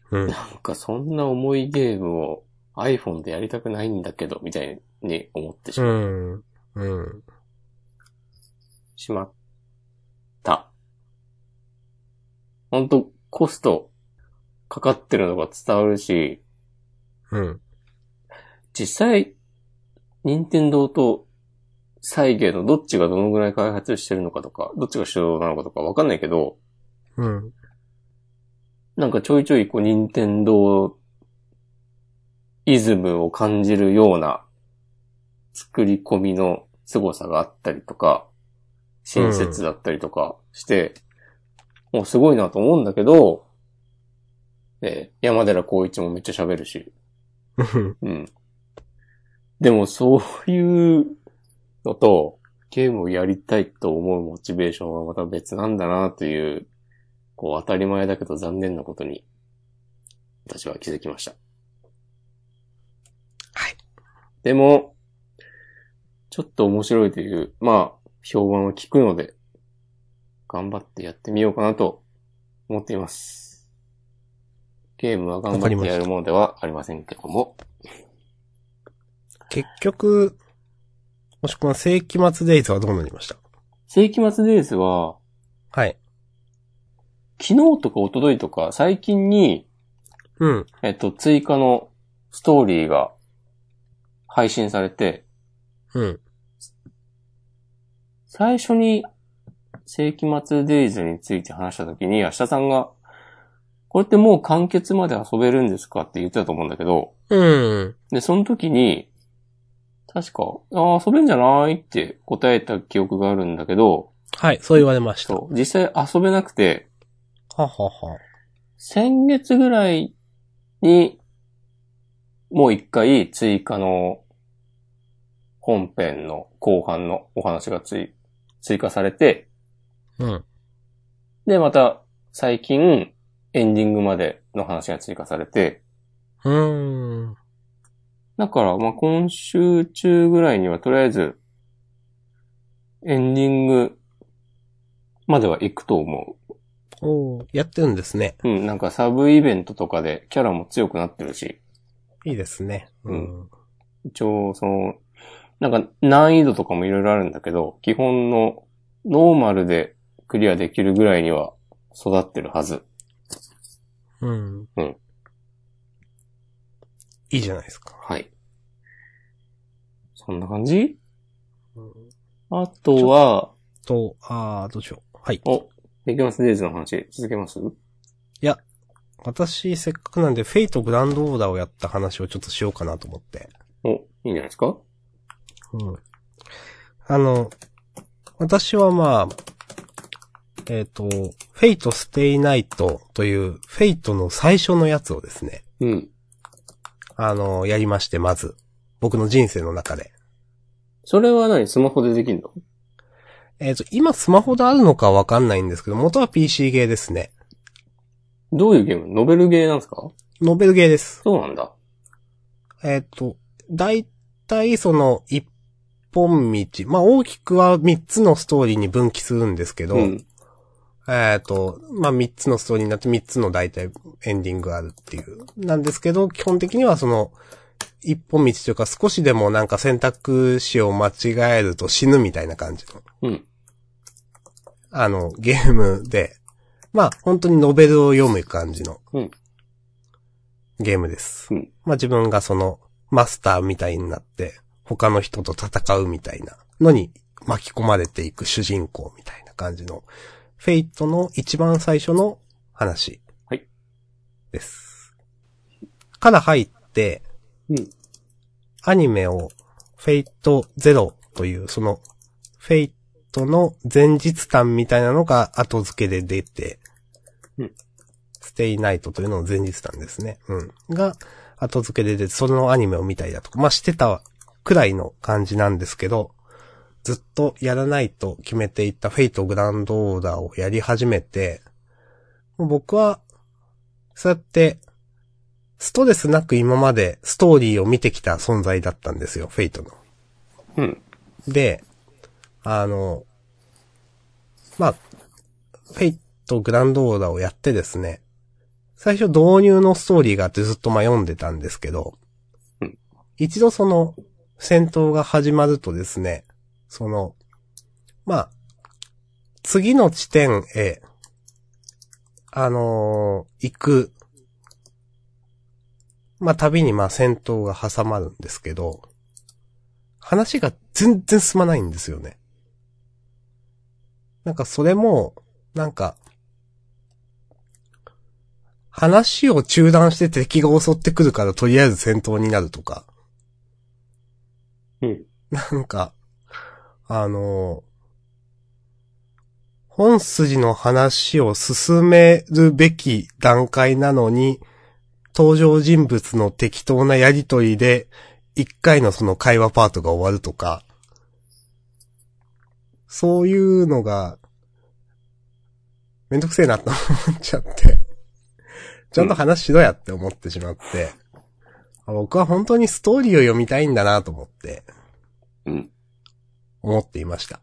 うん。なんかそんな重いゲームを iPhone でやりたくないんだけど、みたいに思ってしうま,、ん。うん。しまった。ほんと、コストかかってるのが伝わるし、うん。実際、任天堂とサイゲーのどっちがどのぐらい開発してるのかとか、どっちが主導なのかとかわかんないけど、うん。なんかちょいちょいこう任天堂イズムを感じるような作り込みの凄さがあったりとか、親切だったりとかして、もうすごいなと思うんだけど、えー山寺宏一もめっちゃ喋るし、うん。うん。でもそういうのと、ゲームをやりたいと思うモチベーションはまた別なんだなという、こう当たり前だけど残念なことに、私は気づきました。はい。でも、ちょっと面白いという、まあ、評判を聞くので、頑張ってやってみようかなと思っています。ゲームは頑張ってやるものではありませんけども、結局、もしくは世紀末デイズはどうなりました世紀末デイズは、はい。昨日とか一昨日とか、最近に、うん。えっと、追加のストーリーが配信されて、うん。最初に世紀末デイズについて話した時に、明日さんが、これってもう完結まで遊べるんですかって言ってたと思うんだけど、うん。で、その時に、確か、ああ、遊べんじゃないって答えた記憶があるんだけど、はい、そう言われました。はそう、実際遊べなくて、はは。先月ぐらいに、もう一回追加の本編の後半のお話がつい追加されて、うん。で、また最近エンディングまでの話が追加されて、うーん。だから、まあ、今週中ぐらいにはとりあえず、エンディングまでは行くと思おーやってるんですね。う。うん、なんかサブイベントとかでキャラも強くなってるし、いいですね。うん。一応、その、なんか難易度とかもいろいろあるんだけど、基本のノーマルでクリアできるぐらいには育ってるはず。うん。うんいいじゃないですか。はい。そんな感じうんあとは、と、あー、どうしよう。はい。お、できますデイズの話、続けます私、せっかくなんで、フェイトグランドオーダーをやった話をちょっとしようかなと思って。お、いいんじゃないですかうん。あの、私はまあ、えっ、と、フェイトステイナイトという、フェイトの最初のやつをですね、うん。あの、やりまして、まず。僕の人生の中で。それは何スマホでできんのえっ、と、今スマホであるのかわかんないんですけど、元は PC ゲーですね。どういうゲームノベルゲーなんですかノベルゲーです。そうなんだ。えっ、と、大体その一本道。まあ大きくは三つのストーリーに分岐するんですけど、うん。えっ、と、まあ三つのストーリーになって三つの大体エンディングがあるっていう。なんですけど、基本的にはその、一本道というか少しでもなんか選択肢を間違えると死ぬみたいな感じの。うん。あの、ゲームで、まあ、本当にノベルを読む感じの、うんゲームです。うんまあ自分がその、マスターみたいになって、他の人と戦うみたいなのに巻き込まれていく主人公みたいな感じの、フェイトの一番最初の話。はいです。から入って、うん。アニメを、フェイトゼロという、その、フェイトの前日譚みたいなのが後付けで出て、うんステイナイトというのの前日譚ですね。うん。が、後付けで出て、そのアニメを見たりだとか、まあ、してたくらいの感じなんですけど、ずっとやらないと決めていたフェイトグランドオーダーをやり始めて、もう僕は、そうやって、ストレスなく今までストーリーを見てきた存在だったんですよ、フェイトの。うん。で、あの、まあ、フェイトグランドオーダーをやってですね、最初導入のストーリーがあってずっとまあ読んでたんですけどうん、一度その戦闘が始まるとですね、その、まあ、次の地点へ、あのー行く、まあ旅にまあ戦闘が挟まるんですけど、話が全然進まないんですよね。なんかそれも、なんか、話を中断して敵が襲ってくるからとりあえず戦闘になるとか。うん。なんか、あの、本筋の話を進めるべき段階なのに、登場人物の適当なやりとりで、一回のその会話パートが終わるとか、そういうのが、めんどくせえなと思っちゃって、ちゃんと話しろやって思ってしまって、あ僕は本当にストーリーを読みたいんだなと思って、うん。思っていました。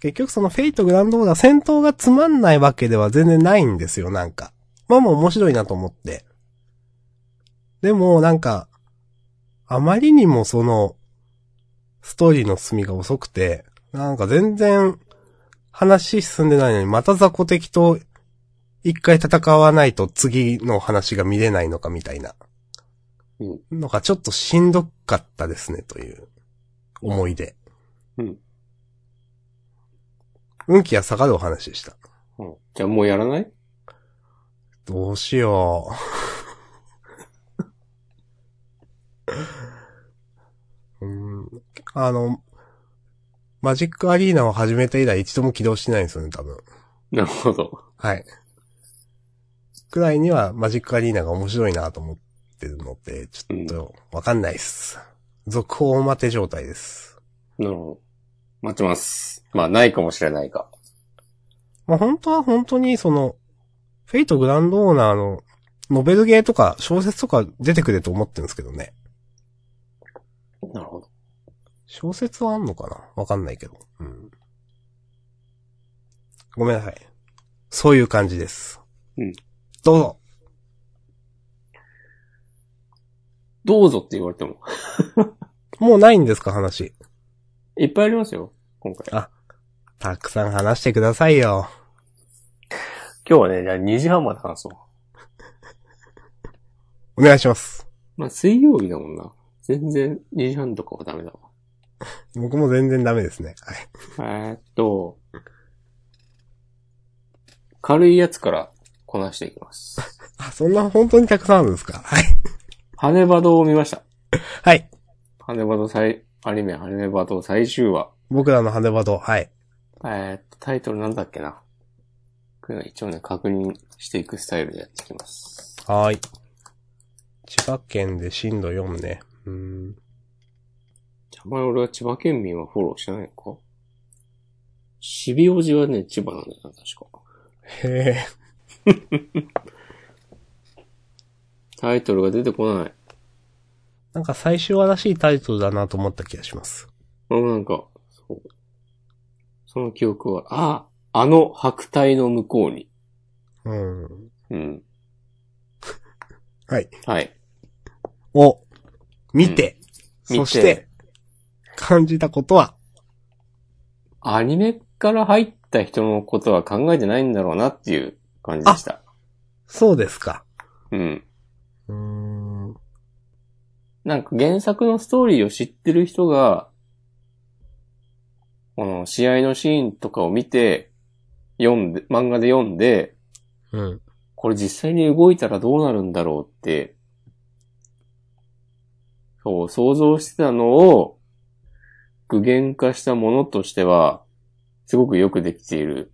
結局そのフェイトグランドオーダー戦闘がつまんないわけでは全然ないんですよ、なんか。まあまあ面白いなと思って。でも、なんか、あまりにもその、ストーリーの進みが遅くて、なんか全然、話進んでないのに、また雑魚敵と一回戦わないと次の話が見れないのかみたいな。うんのがちょっとしんどかったですね、という思い出。うん。運気が下がるお話でした。うん。じゃあもうやらないどうしよう。 うん、あの、マジックアリーナを始めて以来一度も起動してないんですよね、多分。なるほど。はい。くらいにはマジックアリーナが面白いなと思ってるので、ちょっとわかんないっす。続報を待て状態です。なるほど。待ってます。まあ、ないかもしれないが。まあ本当は本当にその、フェイトグランドオーナーのノベルゲーとか小説とか出てくれと思ってるんですけどね。なるほど。小説はあんのかなわかんないけど。うん。ごめんなさい。そういう感じです。うん。どうぞ。どうぞって言われても。もうないんですか話。いっぱいありますよ、今回。たくさん話してくださいよ。今日はね、じゃあ2時半まで話そう。お願いします。まあ、水曜日だもんな。全然2時半とかはダメだわ。僕も全然ダメですね。はい。えーっと、軽いやつからこなしていきます。あ、そんな本当にたくさんあるんですかはい。ハネバドを見ました。はい。ハネバド最、アニメハネバド最終話。僕らの羽バド、はい。えーっと、タイトルなんだっけな。こういうの一応ね、確認していくスタイルでやっていきます。はーい。千葉県で震度4ね。うーん。あんまり俺は千葉県民はフォローしてないのかシビオジはね、千葉なんだよな、確か。へえ。タイトルが出てこない。なんか最終話らしいタイトルだなと思った気がします。俺もなんか、そう。その記憶は、ああ、あの白帯の向こうに。うん。うん。はい。はい。を見て、うんそし見てて、感じたことは、アニメから入った人のことは考えてないんだろうなっていう感じでした。そうですか。うん。うーん。なんか原作のストーリーを知ってる人が、この試合のシーンとかを見て、読んで、漫画で読んで、うん。これ実際に動いたらどうなるんだろうって、そう、想像してたのを具現化したものとしては、すごくよくできている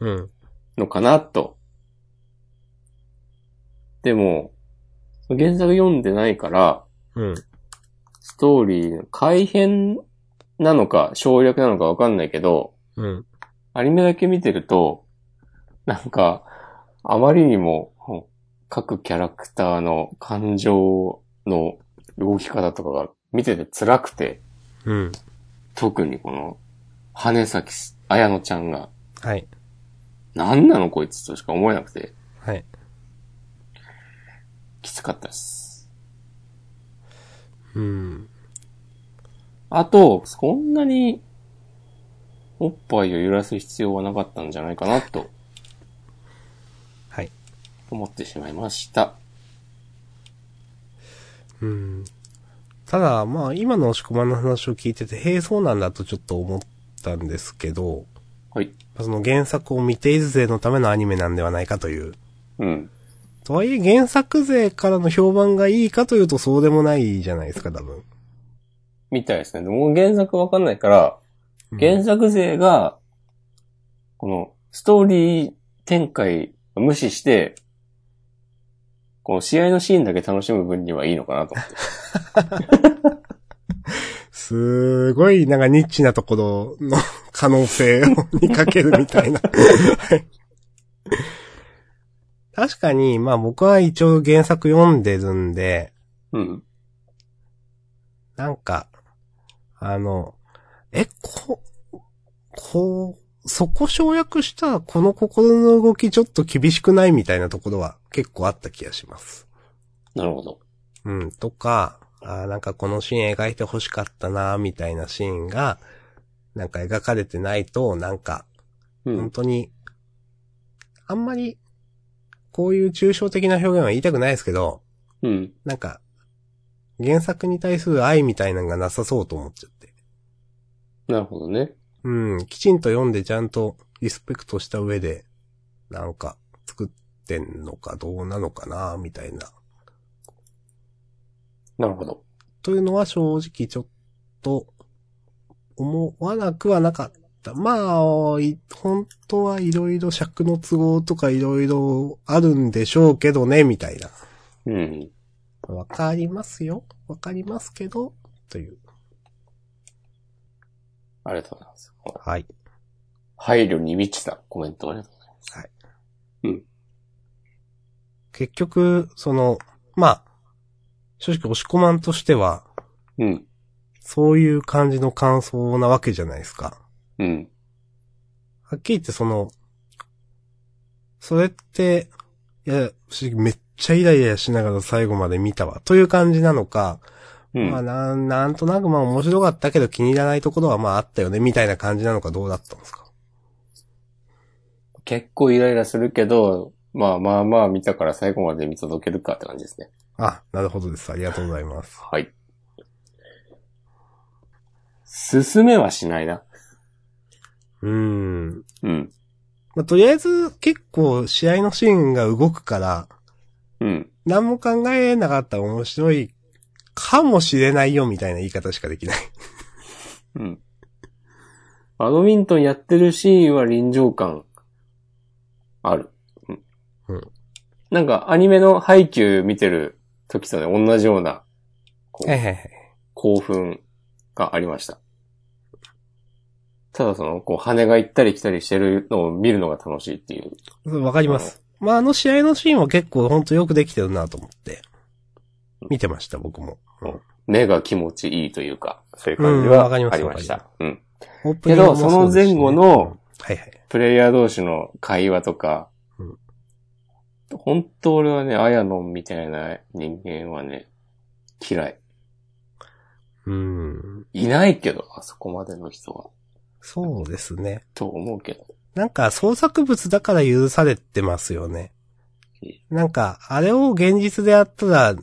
うん。のかな、と。でも、原作読んでないから、うん。ストーリーの改変なのか省略なのかわかんないけど、うん。アニメだけ見てると、なんか、あまりにも、うん各キャラクターの感情の動き方とかが見てて辛くて、うん。特にこの、羽崎綾乃ちゃんが、はい。なんなのこいつとしか思えなくて、はい。きつかったです。うん。あと、そんなに、おっぱいを揺らす必要はなかったんじゃないかなとはい。思ってしまいました。うん。ただ、まあ、今の押し込まんの話を聞いてて、へえ、そうなんだとちょっと思ったんですけど、はい。その原作を見ている勢のためのアニメなんではないかという。うん。とはいえ、原作勢からの評判がいいかというとそうでもないじゃないですか、多分。みたいですね。でも原作わかんないから、うん原作勢が、この、ストーリー展開を無視して、この試合のシーンだけ楽しむ分にはいいのかなと思って。すごい、なんかニッチなところの可能性をにかけるみたいな。 はい確かに、まあ僕は一応原作読んでるんで、うん。なんか、あの、え、こ、こう、そこ省略したらこの心の動きちょっと厳しくないみたいなところは結構あった気がします。なるほど。うん、とか、あーなんかこのシーン描いて欲しかったな、みたいなシーンが、なんか描かれてないと、なんか、う本ん。当に、あんまりこういう抽象的な表現は言いたくないですけど、うん。なんか、原作に対する愛みたいなのがなさそうと思っちゃって。なるほどね。うん、きちんと読んでちゃんとリスペクトした上で、なんか作ってんのかどうなのかな、みたいな。なるほど。というのは正直ちょっと思わなくはなかった。まあ、い本当はいろいろ尺の都合とかいろいろあるんでしょうけどね、みたいな。うん。わかりますよ。わかりますけど、という。ありがとうございます。はい。配慮に満ちたコメントありがとうござい結局、その、まあ、正直押し込まんとしては、ます。そういう感じの感想なわけじゃないですか。うん。うん。はっきり言ってその、それって、いや、正直めっちゃイライラしながら最後まで見たわ、という感じなのか、うん。まあなん、なんとなくまあ面白かったけど気に入らないところはまああったよね、みたいな感じなのかどうだったんですか結構イライラするけど、まあまあまあ見たから最後まで見届けるかって感じですね。あ、なるほどです。ありがとうございます。はい。進めはしないな。うーん。うん。まあ、とりあえず結構試合のシーンが動くから、うん。何も考えなかったら面白いかもしれないよみたいな言い方しかできない。うん。バドミントンやってるシーンは臨場感ある。うん。うんなんかアニメの配給見てる時とね、同じようなこうはいはいはい。興奮がありました。ただその、こう羽が行ったり来たりしてるのを見るのが楽しいっていう。そうわかります。まあ、あの試合のシーンは結構ほんとよくできてるなと思って、見てました、僕も。目が気持ちいいというか、そういう感じはうんわかありりますました。うん。オープニングもけどそのうです前し後の、はいはい。プレイヤー同士の会話とか、うん本当俺はね、アヤノンみたいな人間はね、嫌い。うん。いないけど、あそこまでの人は。そうですね。と思うけど。なんか創作物だから許されてますよね。なんか、あれを現実でやったら、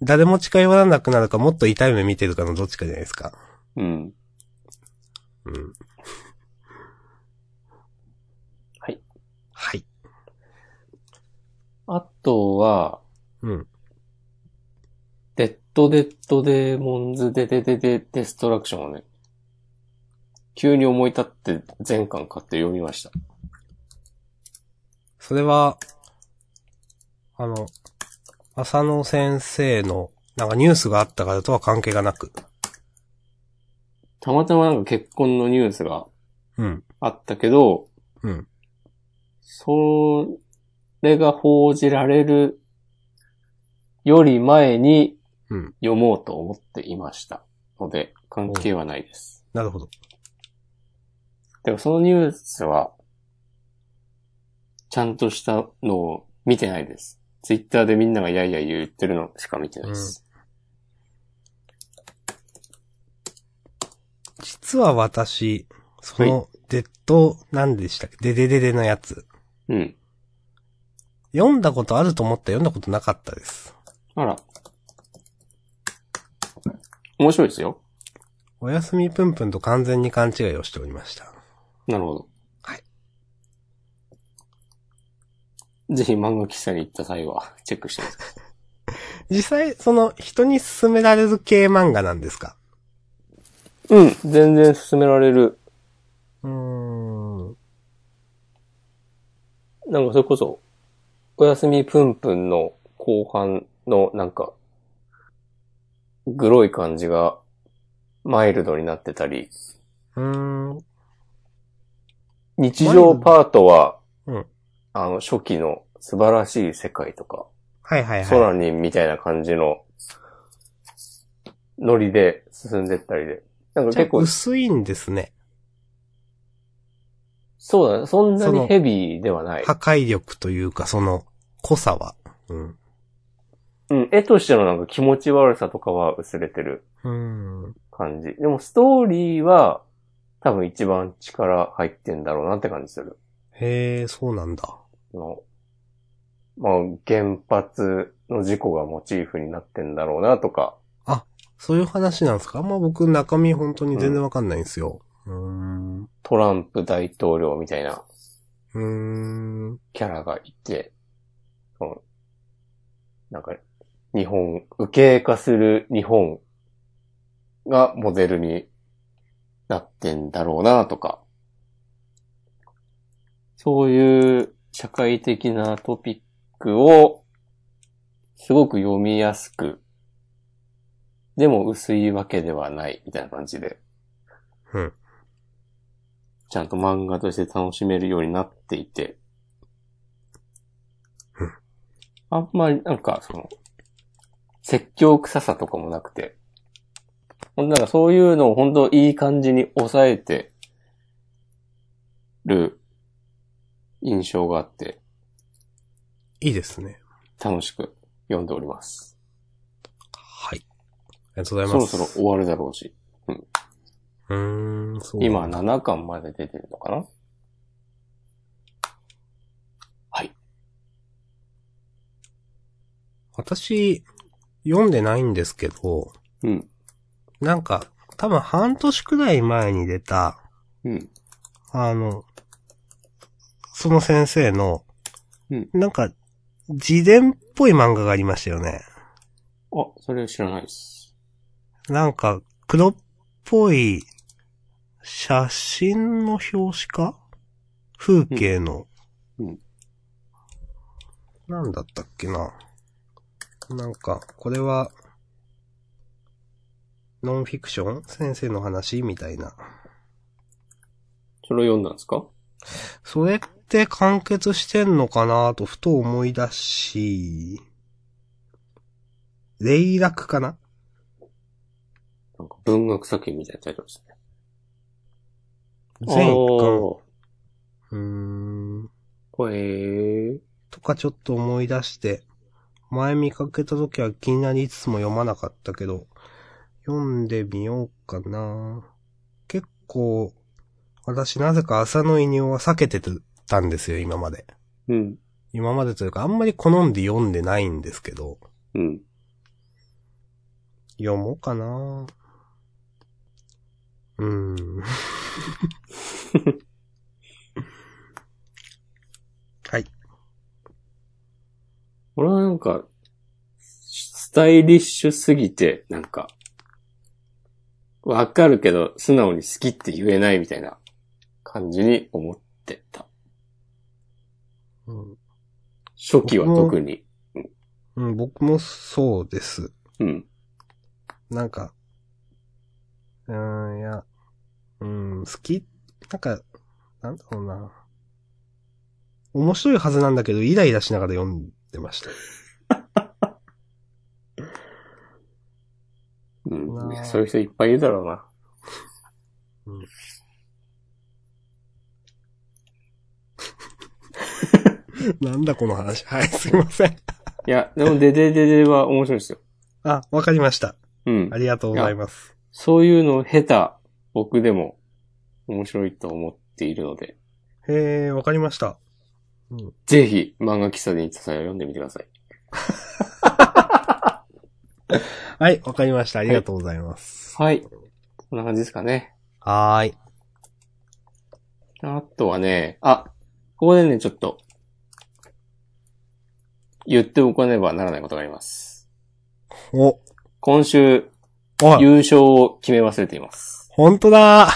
誰も近寄らなくなるか、もっと痛い目見てるかのどっちかじゃないですか。うん。うん。はい。はい。あとは、うん。デッドデッドデーモンズデデデデデストラクションをね、急に思い立って全巻買って読みました。それは、あの、浅野先生の、なんかニュースがあったからとは関係がなく。たまたまなんか結婚のニュースがうん。あったけど、うん。それが報じられるより前にうん。読もうと思っていましたので、関係はないです。なるほど。でもそのニュースは、ちゃんとしたのを見てないです。ツイッターでみんながやいやい言ってるのしか見てないです。実は私、その、デッド、何でしたっけデデデデのやつ。うん。読んだことあると思ったら読んだことなかったです。あら。面白いですよ。おやすみぷんぷんと完全に勘違いをしておりました。なるほど。はい。ぜひ漫画喫茶に行った際はチェックしてください。実際、その、人に勧められる系漫画なんですかうん、全然勧められる。うーん。なんかそれこそ、おやすみぷんぷんの後半のなんか、グロい感じがマイルドになってたり、うーん。日常パートは、うんあの、初期の素晴らしい世界とか、はいはいはい。空にみたいな感じのノリで進んでったりで。なんかじゃあ結構、薄いんですね。そうだね。そんなそのにヘビーではない破。壊力というか、その、濃さは。うん。うん。絵としてのなんか気持ち悪さとかは薄れてるうん。感じ。でもストーリーは多分一番力入ってんだろうなって感じする。へえ、そうなんだ。あのまあ、原発の事故がモチーフになってんだろうなとか、そういう話なんですかあんま僕中身本当に全然わかんないんですよ。うーん。うトランプ大統領みたいなーん。キャラがいて、そのなんか、日本、右傾化する日本がモデルになってんだろうなとか、そういう社会的なトピックをすごく読みやすく、でも薄いわけではないみたいな感じで、うん。ちゃんと漫画として楽しめるようになっていてうん、あんまりなんかその、説教臭さとかもなくて、ほんならそういうのを本当いい感じに抑えてる印象があって、いいですね。楽しく読んでおります。はい。ありがとうございそまろす。そろ終わるだろうし、うーん、そう。今7巻まで出てるのかな私、読んでないんですけど、うん。なんか、多分半年くらい前に出た、うん。あの、その先生の、うんなんか、自伝っぽい漫画がありましたよね。あ、それ知らないです。なんか、黒っぽい写真の表紙か風景の、うんうんなんだったっけな。なんか、これは、ノンフィクション先生の話みたいな。それを読んだんですかそれって完結してんのかなとふと思い出し、レイラクかななんか文学作品みたいなタイトルですね。全巻。おーうーん。これ、えとかちょっと思い出して、前見かけた時は気になりつつも読まなかったけど、読んでみようかな。結構、私なぜか朝の異尿は避けてたんですよ、今まで。うん。今までというか、あんまり好んで読んでないんですけど、うん。読もうかな。うーん。 はい。俺はなんか、スタイリッシュすぎて、なんか、わかるけど、素直に好きって言えないみたいな感じに思ってた。うん初期は特に。うん、僕もそうです。うん。なんか、うーん、いや、うん、好き、なんか、なんだろうな。面白いはずなんだけど、イライラしながら読んでました。うん。うわーそういう人いっぱいいるだろうな。 なんだこの話。はい、すいません。いや、でも、デデデデは面白いですよ。あ、わかりました。うんあ。りがとうございます。そういうのを下手、僕でも面白いと思っているので、へえ、わかりました。ぜひ漫画喫茶で行った際は読んでみてください。はい、わかりました。ありがとうございます。はい。こんな感じですかね。はーい。あとはね、あ、ここでね、ちょっと、言っておかねばならないことがあります。お、今週、おい、優勝を決め忘れています。ほんとだ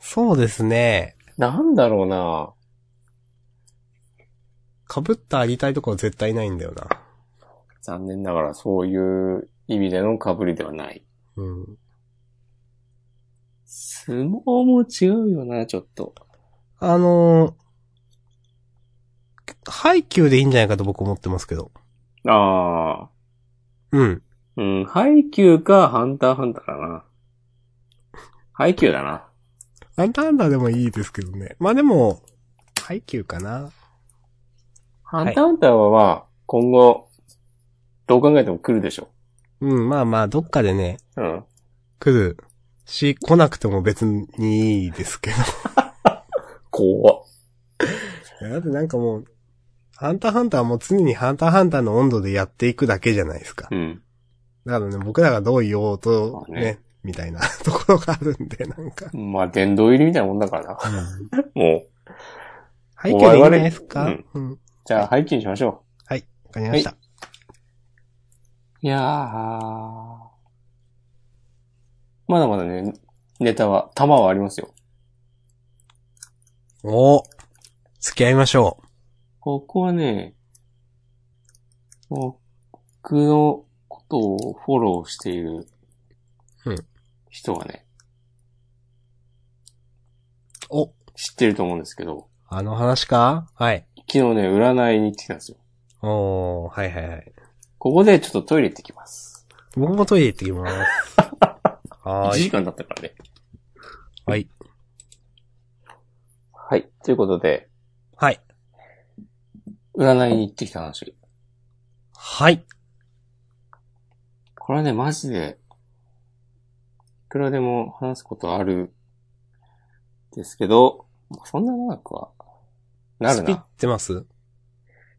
そうですね。なんだろうな被ったありたいとこは絶対ないんだよな。残念ながらそういう意味での被りではない。うん。相撲も違うよな、ちょっと。あのー、ハイキューでいいんじゃないかと僕思ってますけど。ああ。うん。うん、ハイキューか、ハンターハンターだな。ハイキューだな。アンターハンターでもいいですけどね。まあでも、ハイキューかな。ハンターハンターはまあ、今後、どう考えても来るでしょ。うん、まあまあ、どっかでね、うん。来るし、来なくても別にいいですけど。怖っ。だってなんかもう、ハンターハンターはもう常にハンターハンターの温度でやっていくだけじゃないですか。うん。だからね、僕らがどう言おうと、まあねね、みたいな ところがあるんで、なんか。まあ、殿堂入りみたいなもんだからな。もう。背景でいいんじゃないですか我うん々。うん。わ、じゃあ、廃棄にしましょかりました。う。いやー。まだまだね、ネタは、玉はありますよ。お付き合いましょここはね、僕のことをフォローしているうん人がね、う。お知ってると思うんですけど、あの話かはい。昨日ね、占いに行ってきたんですよ。おー、はいはいはい。ここでちょっとトイレ行ってきます。僕もトイレ行って きます。1はーい。時間だったからね。はい。はい。ということで、はい。占いに行ってきた話。はい。これはね、マジで、いくらでも話すことあるんですけど、そんな長くは、なるスピっな。てます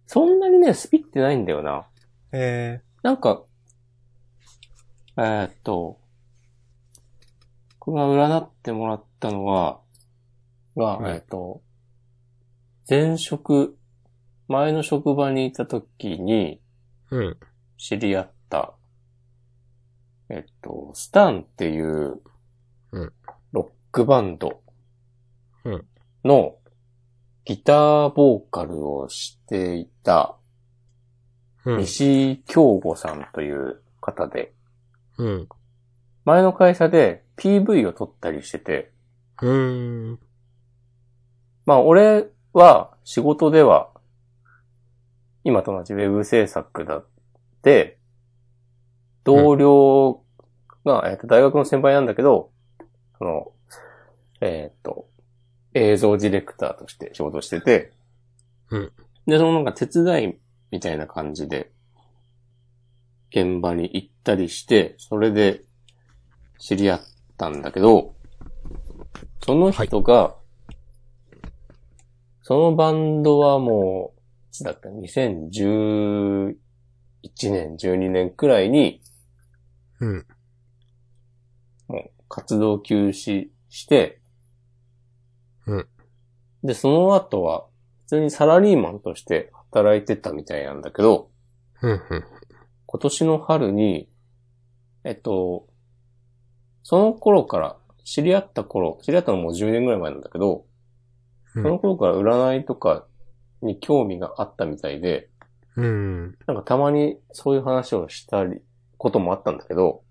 そんなにね、スピってないんだよな。えなんか、えーっと、これは占ってもらったのは、が、うんえーっと、前職、前の職場にいた時にー、うん。知り合った、えーっと、スタンっていううん、ロックバンドうんのギターボーカルをしていたうん。西井京吾さんという方で、うん。前の会社で PV を撮ったりしてて、うーん。まあ俺は仕事では、今と同じウェブ制作だって、同僚が、えっと大学の先輩なんだけど、その、えっ、と、映像ディレクターとして仕事をしてて、うんで、そのなんか手伝いみたいな感じで、現場に行ったりして、それで知り合ったんだけど、その人が、そのバンドはもう、いつだった ?2011 年、12年くらいに、うん。もう活動休止して、うん。で、その後は、普通にサラリーマンとして働いてたみたいなんだけど、うん。うん。今年の春に、えっと、その頃から、知り合った頃、知り合ったのもう10年ぐらい前なんだけど、うそんの頃から占いとかに興味があったみたいで、うん。なんかたまにそういう話をしたり、こともあったんだけど、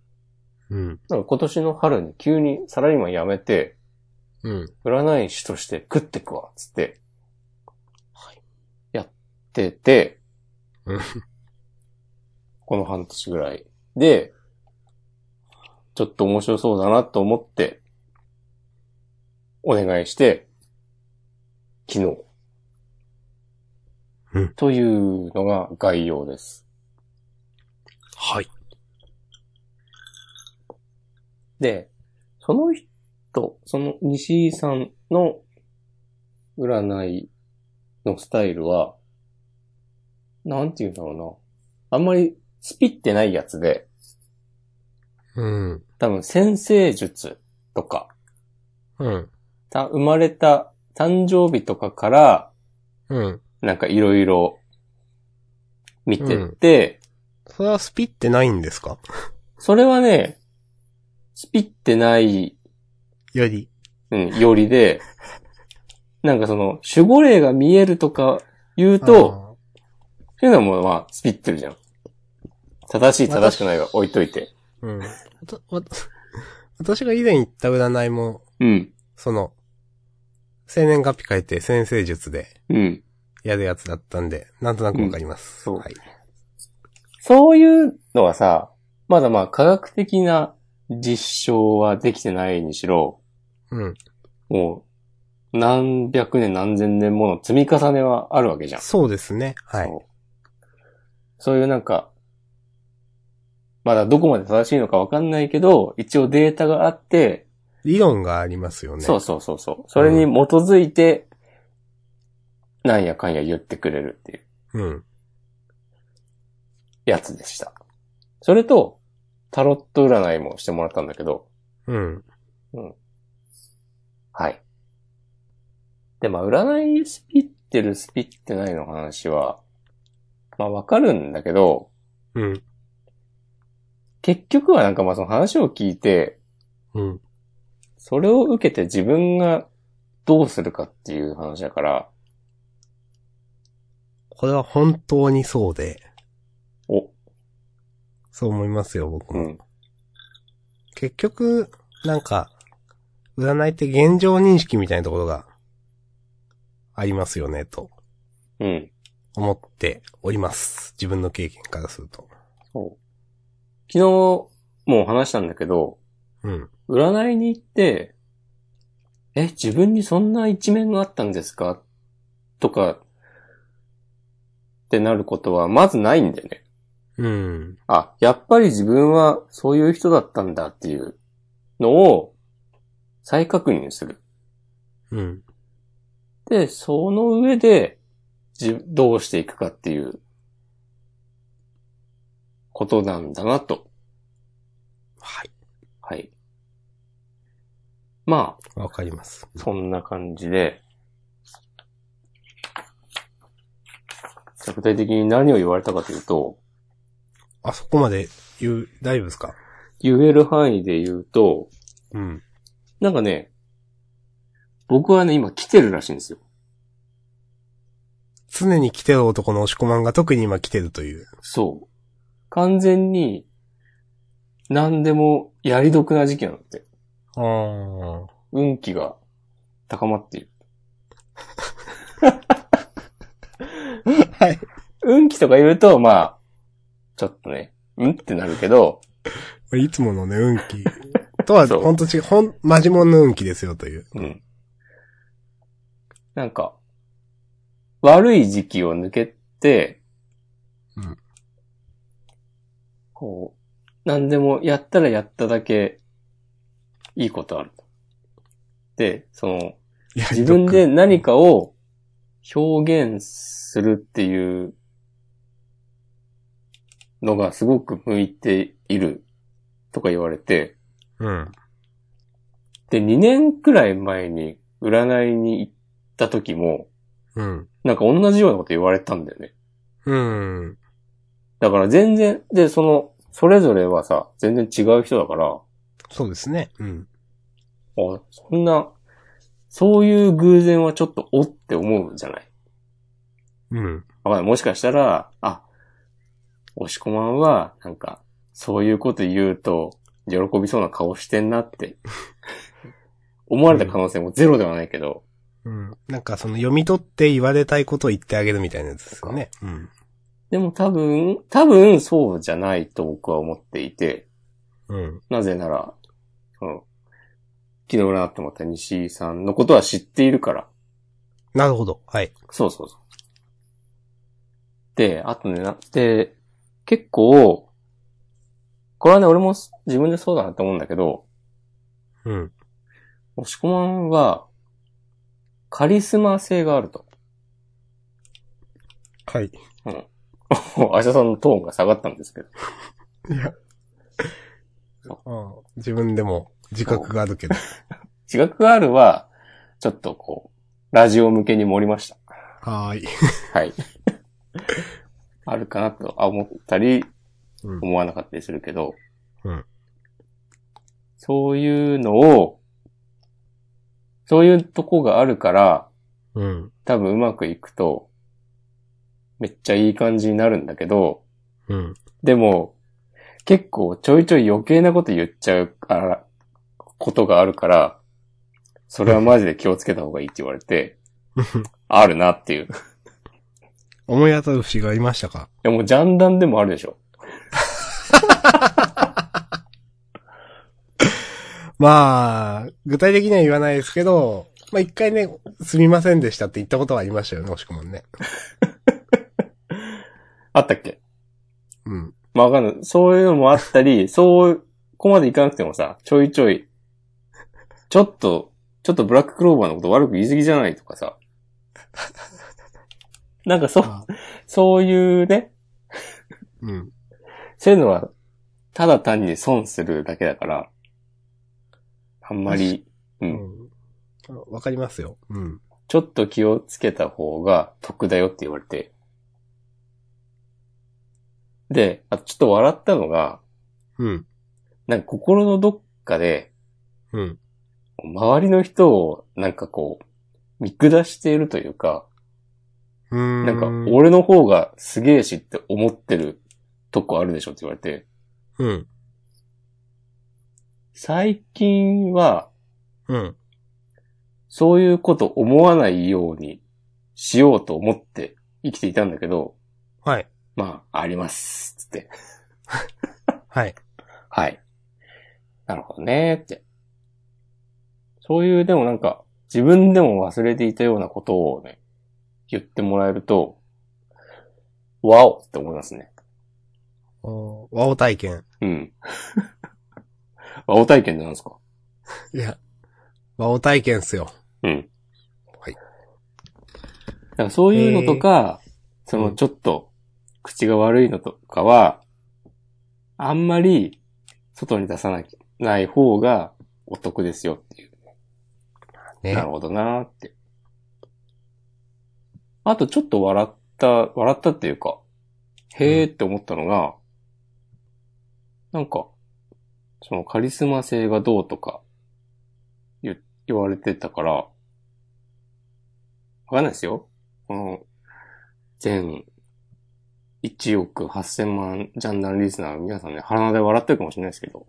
うん。なんか今年の春に急にサラリーマン辞めて、うん。占い師として食ってくわ、つって、やっててうん、この半年ぐらいで、ちょっと面白そうだなと思って、お願いして、昨日。うんというのが概要です。はい。で、その人、その西井さんの占いのスタイルは、なんて言うんだろうな。あんまりスピってないやつで、うん。多分先生術とか、うん。た生まれた誕生日とかから、うん。なんかいろいろ見てって、それはスピってないんですかそれはね、スピってないより。うん、よりで、なんかその、守護霊が見えるとか言うと、そういうのはもうまあ、スピってるじゃん。正しい、正しくないは置いといて。あー、うん。わたわ た私が以前行った占いも、うん、その、生年月日書いて先生術でうん。やるやつだったんで、なんとなくわかります。うんそうはい。そういうのはさ、まだまあ、科学的な実証はできてないにしろ、うん。もう、何百年何千年もの積み重ねはあるわけじゃん。そうですね。はい。そうそういうなんか、まだどこまで正しいのかわかんないけど、一応データがあって、理論がありますよね。そうそうそうそう。それに基づいて、なんやかんや言ってくれるっていううん。やつでした。それと、タロット占いもしてもらったんだけど、うん。はい。で、まあ、占いスピってるスピってないの話は、まあ、わかるんだけど、うん。結局はなんかまあ、その話を聞いて、うん。それを受けて自分がどうするかっていう話だから、これは本当にそうで、お、そう思いますよ、僕うも。ん、結局、なんか、占いって現状認識みたいなところがありますよね、とうん、思っております。自分の経験からすると。そう。昨日もう話したんだけど、うん。占いに行って、え、自分にそんな一面があったんですかとか、ってなることはまずないんだよね。うん。あ、やっぱり自分はそういう人だったんだっていうのを再確認する。うん。で、その上で、じ、どうしていくかっていう、ことなんだなと。はい。はい。まあ、わかります。そんな感じで、じゃあ具体的に何を言われたかというと、あそこまで言う、大丈夫ですか言える範囲で言うと、うん。なんかね、僕はね、今来てるらしいんですよ。常に来てる男の押し込まんが特に今来てるという。そう。完全に、何でもやり得な時期なのって。ああ。運気が高まっている。 はい。運気とか言うと、まあ、ちょっとね、うんってなるけど、いつものね、運気。とは、そうほんと違う、ほん、マジモンの運気ですよという。うん。なんか、悪い時期を抜けて、うんこう、何でもやったらやっただけ、いいことある。で、その、いや自分で何かを表現するっていうのがすごく向いているとか言われて、うん。で、2年くらい前に占いに行った時も、うん。なんか同じようなこと言われたんだよね。うん。だから全然、で、その、それぞれはさ、全然違う人だから、そうですね。うん。あ、そんな、そういう偶然はちょっとおって思うじゃないうん。わかんない。もしかしたら、あ、押し込まんは、なんか、そういうこと言うと、喜びそうな顔してんなって、思われた可能性もゼロではないけど、うん。なんかその読み取って言われたいことを言ってあげるみたいなやつですよね。うん。でも多分、多分そうじゃないと僕は思っていて、うん。なぜなら、その、昨日占ってもらった西井さんのことは知っているから。なるほど。はい。そうそうそう。で、あとね、な、で、結構、これはね、俺も自分でそうだなって思うんだけど、うん。押し込まんは、カリスマ性があると。 はい。あしさんのトーンが下がったんですけど。いや。自分でも自覚があるけど。自覚があるは、ちょっとこう、ラジオ向けに盛りました。はーい。はい。 あるかなとあ思ったり、うん思わなかったりするけど、うんそういうのを、そういうとこがあるから、うん。多分うまくいくと、めっちゃいい感じになるんだけど、うん。でも、結構ちょいちょい余計なこと言っちゃうから、ことがあるから、それはマジで気をつけた方がいいって言われて、あるなっていう。い 思い当たる節がありましたかやもうジャンダンでもあるでしょ。まあ、具体的には言わないですけど、まあ一回ね、すみませんでしたって言ったことはありましたよね、押し込まんね。あったっけうん。まあわかんない。そういうのもあったり、 そう、ここまでいかなくてもさ、ちょいちょい、ちょっと、ちょっとブラッククローバーのこと悪く言い過ぎじゃないとかさ、 なんかそう、あそういうね、うん。そういうのは、ただ単に損するだけだから、あんまり、う、うんん。あわかりますよ。うん。ちょっと気をつけた方が得だよって言われて。で、あとちょっと笑ったのが、うん。なんか心のどっかで、うん。周りの人をなんかこう、見下しているというか、うーん。なんか、俺の方がすげえしって思ってるとこあるでしょって言われて、うん。最近は、うん。そういうこと思わないようにしようと思って生きていたんだけど、はい。まあ、あります。つって。はい。はい。なるほどね、って。そういう、でもなんか、自分でも忘れていたようなことをね、言ってもらえると、わおって思いますね。お和王体験。うん。わお体験ってなんですかいや、和王体験っすよ。うん。はい。なんかそういうのとか、そのちょっと、口が悪いのとかは、あんまり、外に出さなきない方がお得ですよっていう。ね。なるほどなーって。あとちょっと笑った、笑ったっていうか、へーって思ったのが、なんか、そのカリスマ性がどうとか、言、言われてたから、わかんないですよ。この、全、1億8000万ジャンダンリスナーの皆さんね、鼻で笑ってるかもしれないですけど、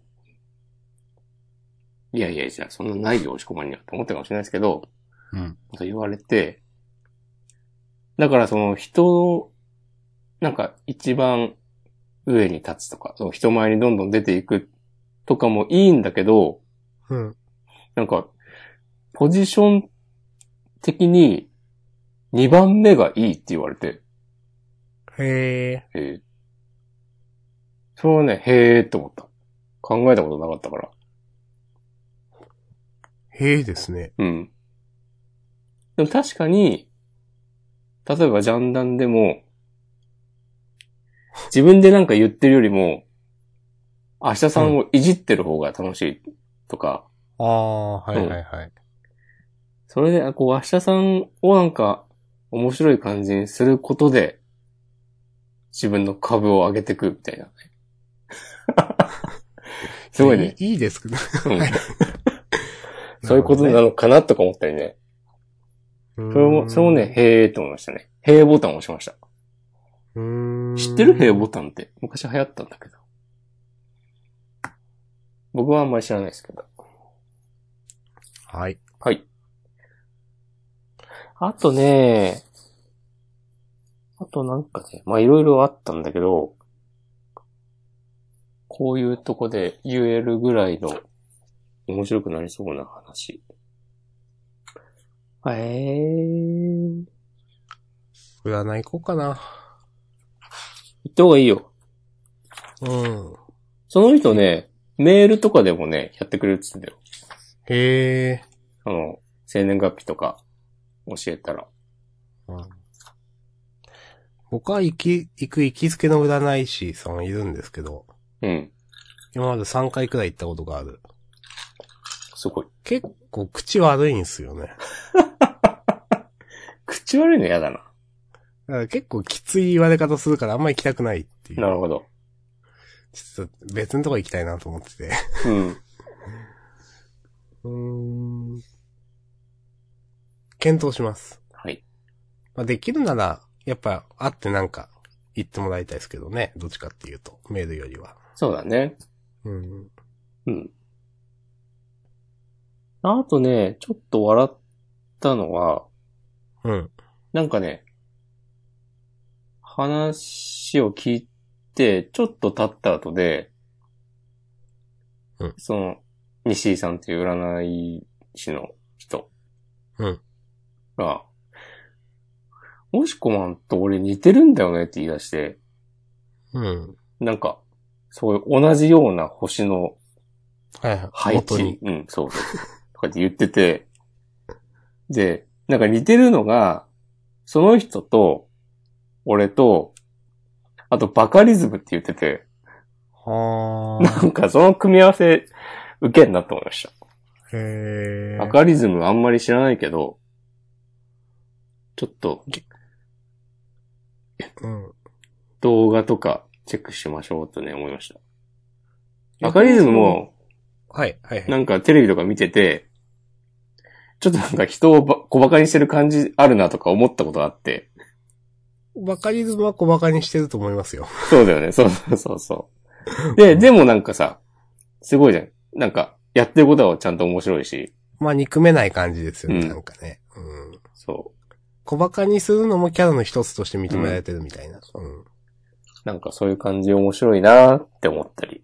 いやいやいや、そんなないよ、押し込まんにはって思ったかもしれないですけど、うん。と言われて、だからその人を、なんか一番上に立つとか、その人前にどんどん出ていくとかもいいんだけど、うん。なんか、ポジション的に2番目がいいって言われて、へえ。えーそれはね、へえって思った。考えたことなかったから。へえですね。うん。でも確かに、例えばジャンダンでも、自分でなんか言ってるよりも、明日さんをいじってる方が楽しいとか、ああ、はいはいはい。それで、あこう、明日さんをなんか面白い感じにすることで、自分の株を上げてくみたいなね。すごいね。いいいいですけど。うんそういうことなのかなとか思ったりね。そそれも、それもね、、へーと思いましたね。へーボタンを押しました。うーん知ってるヘイボタンって昔流行ったんだけど。僕はあんまり知らないですけど。はい。はい。あとね、あとなんかね、まあいろいろあったんだけど、こういうとこで言えるぐらいの面白くなりそうな話。えー、占い行こうかな。言った方がいいよ。うん。その人ね、メールとかでもね、やってくれるって言ってたよ。へえ。その、生年月日とか教えたら。うん僕は行き、行く行きつけの占い師さんいるんですけど、うん。今まで3回くらい行ったことがある。すごい。結構口悪いんですよね。口悪いの嫌だな。だから結構きつい言われ方するからあんま行きたくないっていう。なるほど。ちょっと別のとこ行きたいなと思ってて。うん。うーん。検討します。はい。まあ、できるなら、やっぱ会ってなんか言ってもらいたいですけどね。どっちかっていうと、メールよりは。そうだね。うん。うん。あとね、ちょっと笑ったのは、うん。なんかね、話を聞いて、ちょっと経った後で、うんその、西井さんっていう占い師の人うんが、もしこまんと俺似てるんだよねって言い出して、うん。なんか、そういう同じような星のはいはい。配元置に。。うん、そうそう。とかって言ってて、で、なんか似てるのが、その人と、俺と、あとバカリズムって言ってて、はなんかその組み合わせ、受けんなと思いました。ー。へバー。カリズムあんまり知らないけど、ちょっとうん。動画とかチェックしましょうとね、思いました。バカリズムも、はい、はい、はい。なんかテレビとか見てて、ちょっとなんか人をば小馬鹿にしてる感じあるなとか思ったことあって、バカリズムは小馬鹿にしてると思いますよ。そうだよね。そうそうそうそう。で、でもなんかさ、すごいじゃん。なんか、やってることはちゃんと面白いし、まあ、憎めない感じですよね、うんなんかね。うん。そ小馬鹿にするのもキャラの一つとして認められてるみたいな。うん。う。なんかそういう感じ面白いなーって思ったり。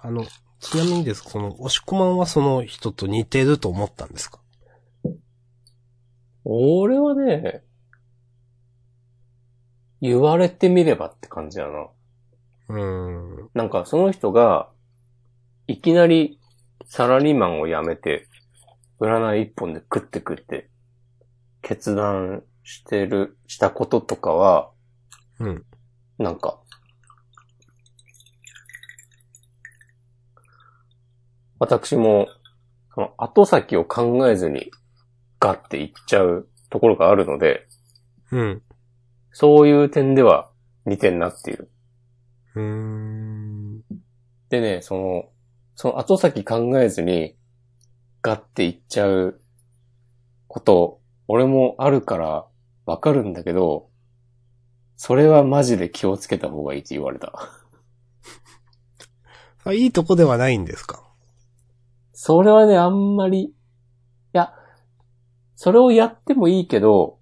あの、ちなみにです、この、押し込まんはその人と似てると思ったんですか俺はね、言われてみればって感じだな。うーん。なんかその人が、いきなりサラリーマンを辞めて、占い一本で食って食って、決断してる、したこととかは、うん。なんか、私も、その後先を考えずに、ガッていっちゃうところがあるので、うん。そういう点では似てんなっていう。うーん。でね、その、その後先考えずに、ガッていっちゃうこと、俺もあるからわかるんだけど、それはマジで気をつけた方がいいって言われた。あいいとこではないんですかそれはね、あんまり、いや、それをやってもいいけど、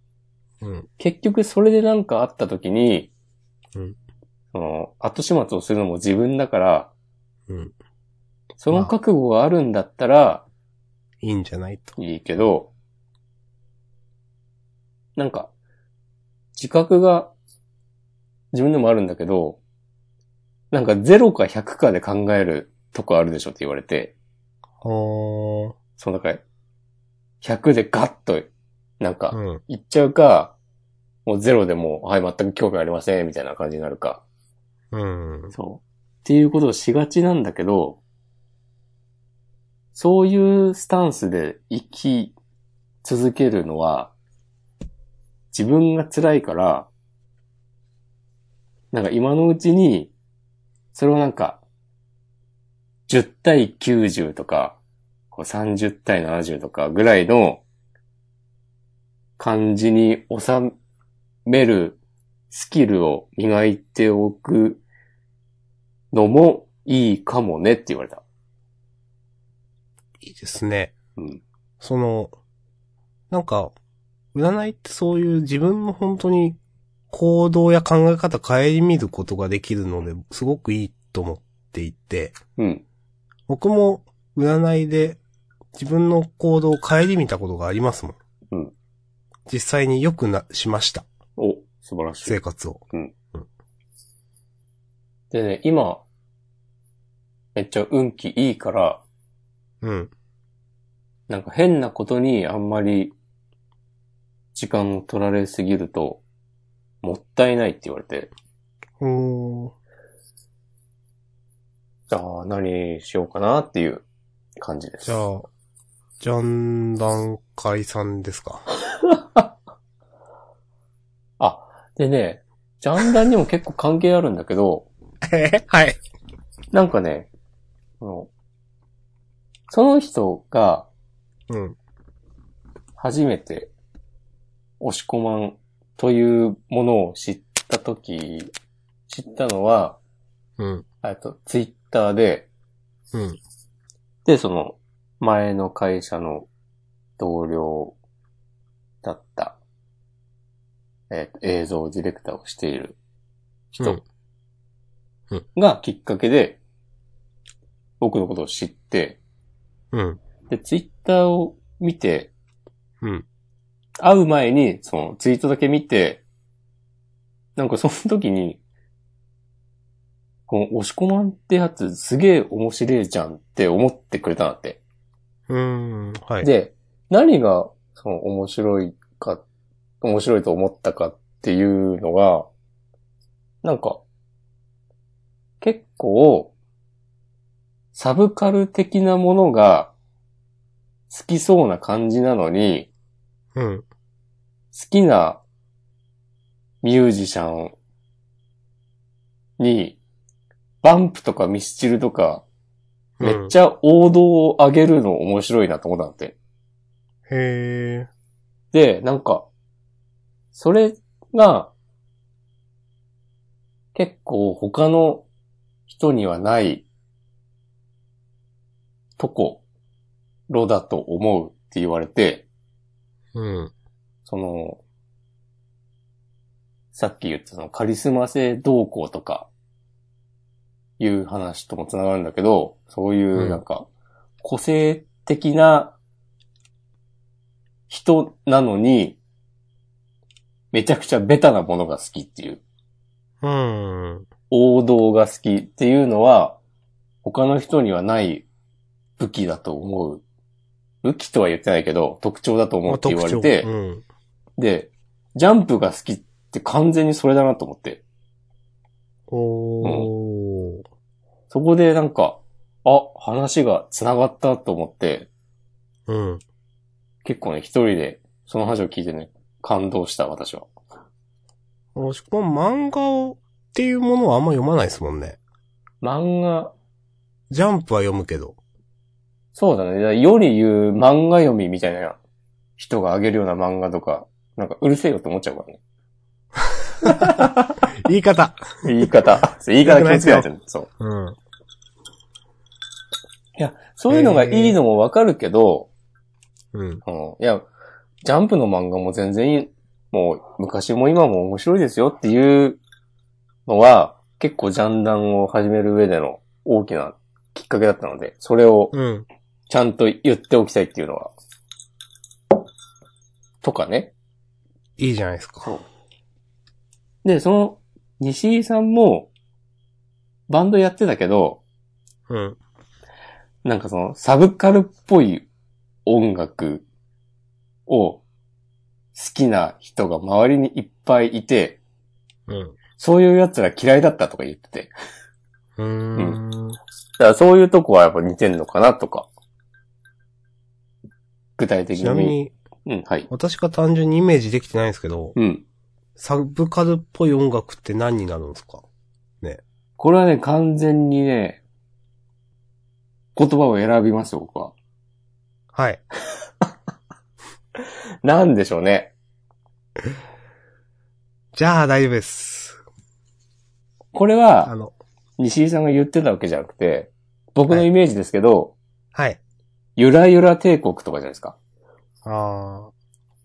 うん。結局それでなんかあった時に、うんその、後始末をするのも自分だから、うん。その覚悟があるんだったらいいんじゃないと。いいけど、なんか、自覚が自分でもあるんだけど、なんか0か100かで考えるとこあるでしょって言われて、ほー。その中で、100でガッと、なんうか、ん。いっちゃうか、もうゼロでもう、はい、全く興味ありません、みたいな感じになるか。うん。そう。っていうことをしがちなんだけど、そういうスタンスで生き続けるのは、自分が辛いから、なんか今のうちに、それをなんか、10対90とか、こう30対70とかぐらいの感じに収めるスキルを磨いておくのもいいかもねって言われた。いいですね。うん。その、なんか、占いってそういう自分の本当に行動や考え方変え見ることができるので、すごくいいと思っていて、うん。僕も占いで自分の行動を顧みたことがありますもん。うん実際に良くな、しました。お、素晴らしい生。活を。でね、今、めっちゃ運気いいから、うん。なんか変なことにあんまり時間を取られすぎると、もったいないって言われて、おーああ、何しようかなっていう感じです。じゃあ、じゃんだん解散ですか。でね、ジャンダンにも結構関係あるんだけど、はい。なんかね、あのその人がうん。初めて、押し込まんというものを知ったとき、知ったのは、うん。えっと、ツイッターで、うん。で、その、前の会社の同僚だった、えっと、映像ディレクターをしているうん人がきっかけで、僕のことを知って、うん。で、ツイッターを見て、うん。会う前に、そのツイートだけ見て、なんかその時に、この押し込まんってやつすげえ面白いじゃんって思ってくれたなって。うーん。はい。で、何がその面白いか、面白いと思ったかっていうのが、なんか、結構、サブカル的なものが好きそうな感じなのに、うん。好きなミュージシャンに、バンプとかミスチルとか、めっちゃ王道を上げるの面白いなと思ったんだって。ゃ。へえ。で、なんか、それが、結構他の人にはないところだと思うって言われて、うん。その、さっき言ったそのカリスマ性動向とか、いう話ともつながるんだけど、そういううんなんか、個性的な人なのに、めちゃくちゃベタなものが好きっていう、うん。王道が好きっていうのは、他の人にはない武器だと思う。武器とは言ってないけど、特徴だと思うって言われて、うん。で、ジャンプが好きって完全にそれだなと思って。おー。そこでなんか、あ、話が繋がったと思って、うん。結構ね、一人でその話を聞いてね、感動した、私は。もしくは漫画を、っていうものはあんま読まないですもんね。漫画、ジャンプは読むけど。そうだね。だからより言う漫画読みみたいな人があげるような漫画とか、なんかうるせえよって思っちゃうから ね。言い方。言い方。言い方気をつけないとね。そう。うん。いや、そういうのがいいのもわかるけど、うん。うん。いや、ジャンプの漫画も全然いい、もう昔も今も面白いですよっていうのは、結構ジャンダンを始める上での大きなきっかけだったので、それをうん。ちゃんと言っておきたいっていうのは。とかね。いいじゃないですか。で、その、西井さんも、バンドやってたけど、うん。なんかその、サブカルっぽい音楽を好きな人が周りにいっぱいいて、うん。そういう奴ら嫌いだったとか言ってて。うーん。だからそういうとこはやっぱ似てんのかなとか。具体的ちなみに。に、うん、はい。私が単純にイメージできてないんですけど、うん。サブカルっぽい音楽って何になるんですかこれはね、完全にね、言葉を選びますよ、僕は。はい。なんでしょうね。じゃあ大丈夫です。これあは、の、西井さんが言ってたわけじゃなくて、僕のイメージですけど、はい。ゆらゆら帝国とかじゃないですか。ああ。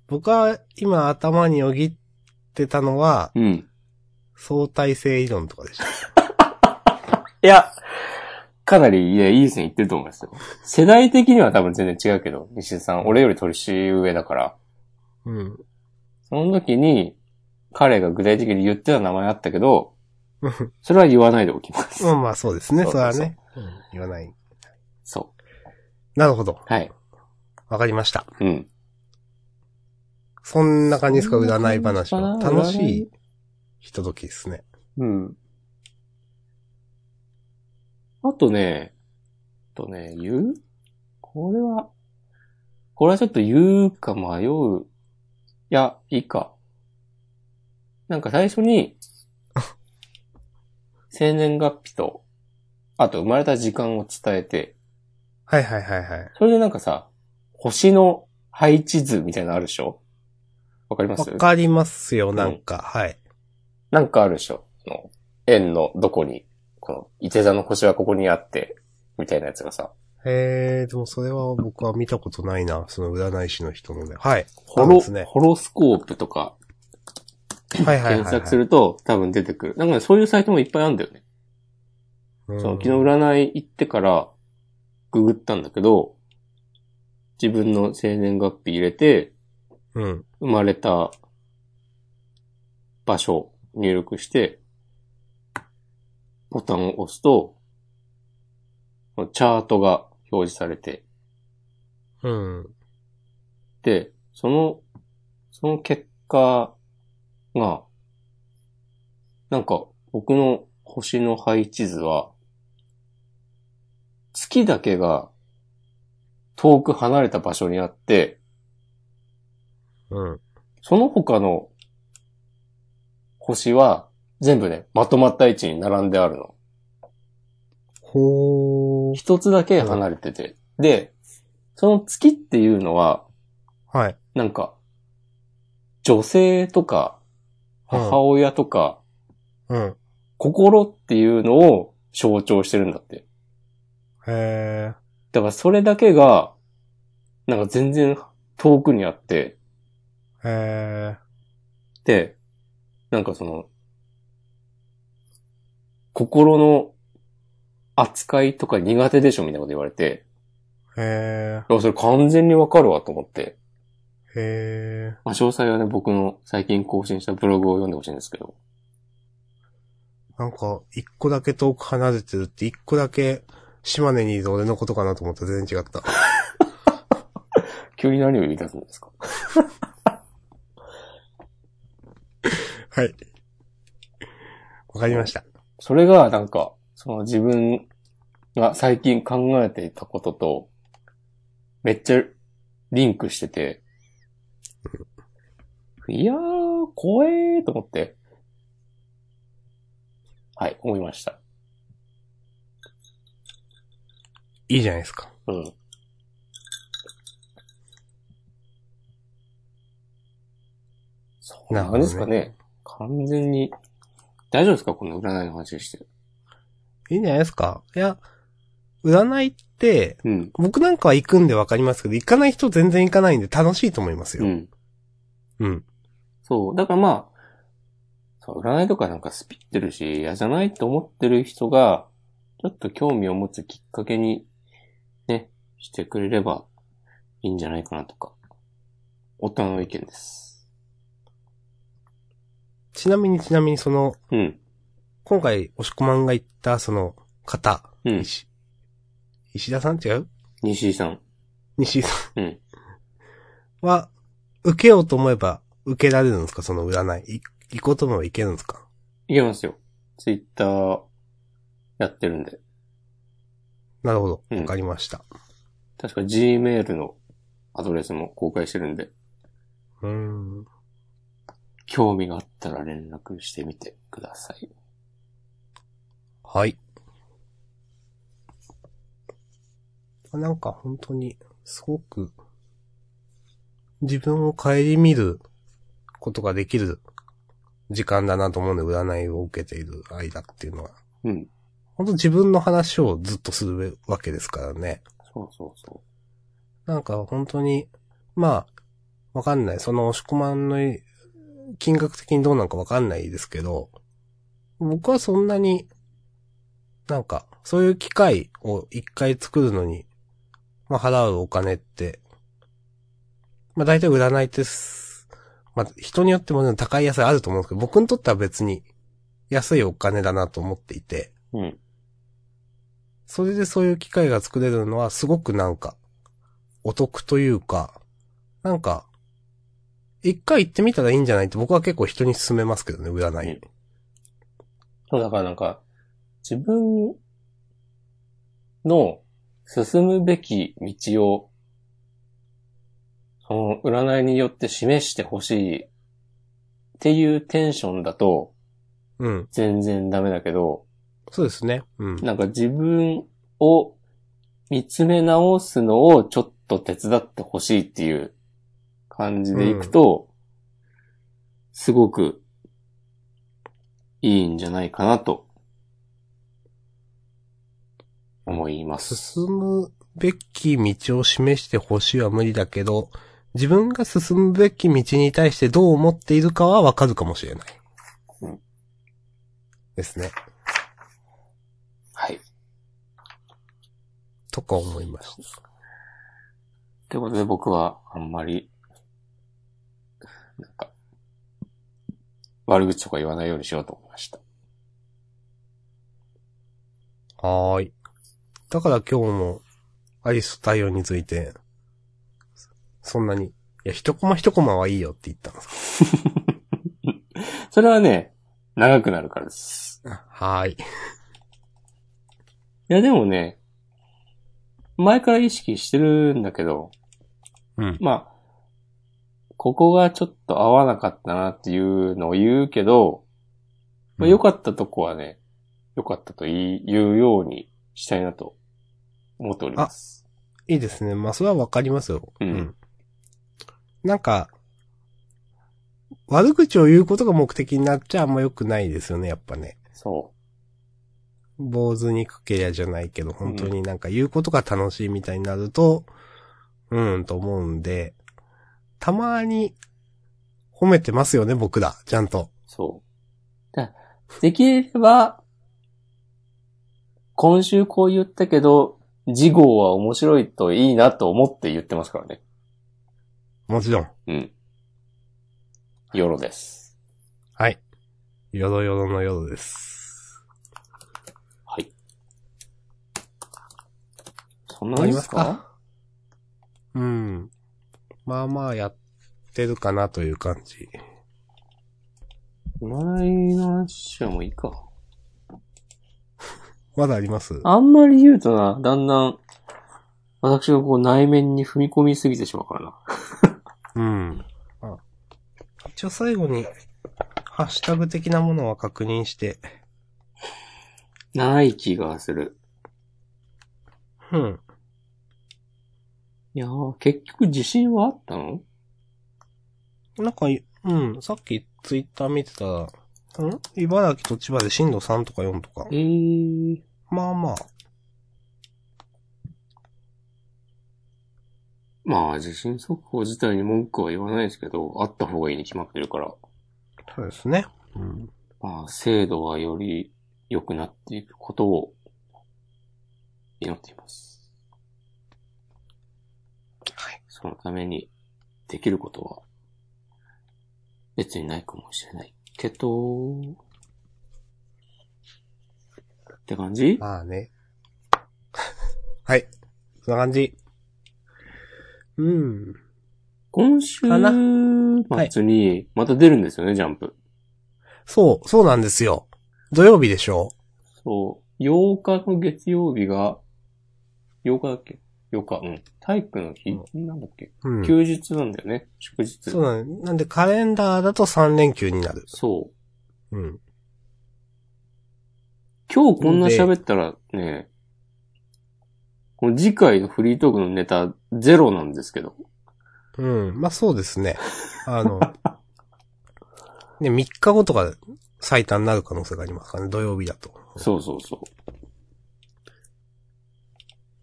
僕は今頭によぎってたのは、うん。相対性理論とかでした。いや、かなり、いや、いい線いってると思いますよ。世代的には多分全然違うけど、西田さん、俺より年上だから。うん。その時に、彼が具体的に言ってた名前あったけど、それは言わないでおきます。 まあまあそうですね、そうそそれうはそうね。うん言わない。そなるほど。う。はい。わかりました。うん。そんな感じですか、占い話そんなは。感じかな楽しいひとときですね。うん。あとね、あとね、言うこれは、これはちょっと言うか迷う。いや、いいか。なんか最初 に、生年月日と、あと生まれた時間を伝えて、はいはいはいはい。それでなんかさ、星の配置図みたいなのあるでしょわかりまわすかりますよ、なんか。はい。なんかあるでしょその円のどこに、この、いて座の星はここにあって、みたいなやつがさ、えー、でもそれは僕は見たことないな、その占い師の人のね。はい。ホそうロ、ですねホロスコープとかはいはいはい、はい。検索すると多分出てくる。なんかね、そういうサイトもいっぱいあるんだよね。うん。その昨日占い行ってからググったんだけど、自分の生年月日入れて、うん。生まれた場所入力して、ボタンを押すと、このチャートが表示されて、うん。で、その、その結カーが、なんか、僕の星の配置図は、月だけが遠く離れた場所にあって、うん。その他の星は全部ね、まとまった位置に並んであるの。ほー。一つだけ離れてて。で、その月っていうのは、はい。なんか、女性とか、うん母親とか、うん。心っていうのを象徴してるんだって。へー。だからそれだけが、なんか全然遠くにあって、へで、なんかその、心の扱いとか苦手でしょみたいなこと言われて、ー。へあそれ完全にわかるわと思って、ー。へまあ、詳細はね、僕の最近更新したブログを読んでほしいんですけど、ー。なんか、一個だけ遠く離れてるって、一個だけ、島根にいる俺のことかなと思ったら全然違った。急に何を言い出すんですかはい。わかりました。それがなんか、その自分が最近考えていたことと、めっちゃリンクしてて、いやー、怖えーと思って、はい、思いました。いいじゃないですか。うん。そうななるんほどねですかね。完全に、大丈夫ですかこの占いの話して。いいんじゃないですかいや、占いって、うん。僕なんかは行くんでわかりますけど、行かない人全然行かないんで楽しいと思いますうよ。ん。うん。そう。だからまあ、そう占いとかなんかスピってるし、嫌じゃないって思ってる人が、ちょっと興味を持つきっかけに、ね、してくれればいいんじゃないかなとか。大人の意見です。ちなみにちなみにその、うん。今回、押し込まんが言ったその方、うん。石、石田さん違う西井さん。西井さん。うんは、受けようと思えば受けられるんですかその占い。い行こうと思えば行けるんですかいけますよ。ツイッターやってるんで。なるほど。うんわかりました。確か Gmail のアドレスも公開してるんで、うーん。興味があったら連絡してみてください。はい。なんか本当に、すごく、自分を顧みることができる時間だなと思うんで、占いを受けている間っていうのは。うん。本当自分の話をずっとするわけですからね。そうそうそなんか本当に、まあ、わかんない。その押し込まんの金額的にどうなんかわかんないですけど、僕はそんなに、なんか、そういう機会を一回作るのに、まあ払うお金って、まあ大体占いってす、まあ人によってもね高い安いあると思うんですけど、僕にとっては別に安いお金だなと思っていて、う。うん。それでそういう機会が作れるのはすごくなんか、お得というか、なんか、一回行ってみたらいいんじゃないって僕は結構人に勧めますけどね、占い。そう、だからなんか、自分の進むべき道を、その占いによって示してほしいっていうテンションだとうん。全然ダメだけど、そうですね。うん。なんか自分を見つめ直すのをちょっと手伝ってほしいっていう感じでいくと、すごくいいんじゃないかなと思います。進むべき道を示してほしいは無理だけど、自分が進むべき道に対してどう思っているかはわかるかもしれない。うんですね。はい。とか思いました。ということで僕はあんまり、なんか、悪口とか言わないようにしようと思いました。はーい。だから今日もアリスと太陽について、そんなに、いや、一コマ一コマはいいよって言ったんですそれはね、長くなるからです。はーい。いや、でもね、前から意識してるんだけど、うん。まあ、ここがちょっと合わなかったなっていうのを言うけど、まあ、良かったとこはね、良かったと言い言うようにしたいなと思っております。いいですね。まあ、それはわかりますよ。うんなんか、悪口を言うことが目的になっちゃあんま良くないですよね、やっぱね。そ坊主にかけりゃじゃないけど、本当になんか言うことが楽しいみたいになると、うん、んと思うんで、たまに褒めてますよね、僕ら、ちゃんとう、。そう。だできれば、今週こう言ったけど、次号は面白いといいなと思って言ってますからね。もちろん。うん。ヨロです。はい。よろよろのよろです。はい。そんなもんです終わりかうん。まあまあやってるかなという感じ。占いの話はもういいか。まだありますあんまり言うとな、だんだん、私がこう内面に踏み込みすぎてしまうからな。うん。あ一応最後に、ハッシュタグ的なものは確認して、ない気がする。うん。いやー、結局自信はあったのなんかい、うん、さっきツイッター見てたら、ん茨城と千葉で震度3とか4とかえ。ー、まあまあ、まあ自信速報自体に文句は言わないですけど、あった方がいいに決まってるから、そうですね。うん。まあ精度はより良くなっていくことを祈っています。はい。そのためにできることは別にないかもしれないけど、って感じまあね。 はい。そんな感じ。うん。今週かな末にまた出るんですよね、ジャンプ。そう、そうなんですよ。土曜日でしょそう。8日の月曜日が、8日だっけ ?8 日。うん。体育の日、なんだっけうん。休日なんだよね。祝日。そうなんですなんでカレンダーだと3連休になる。そう。うん。今日こんな喋ったらね、この次回のフリートークのネタゼロなんですけど。うん。まあそうですね。あの、ね、3日後とか最短になる可能性がありますからね、土曜日だと。そうそうそう。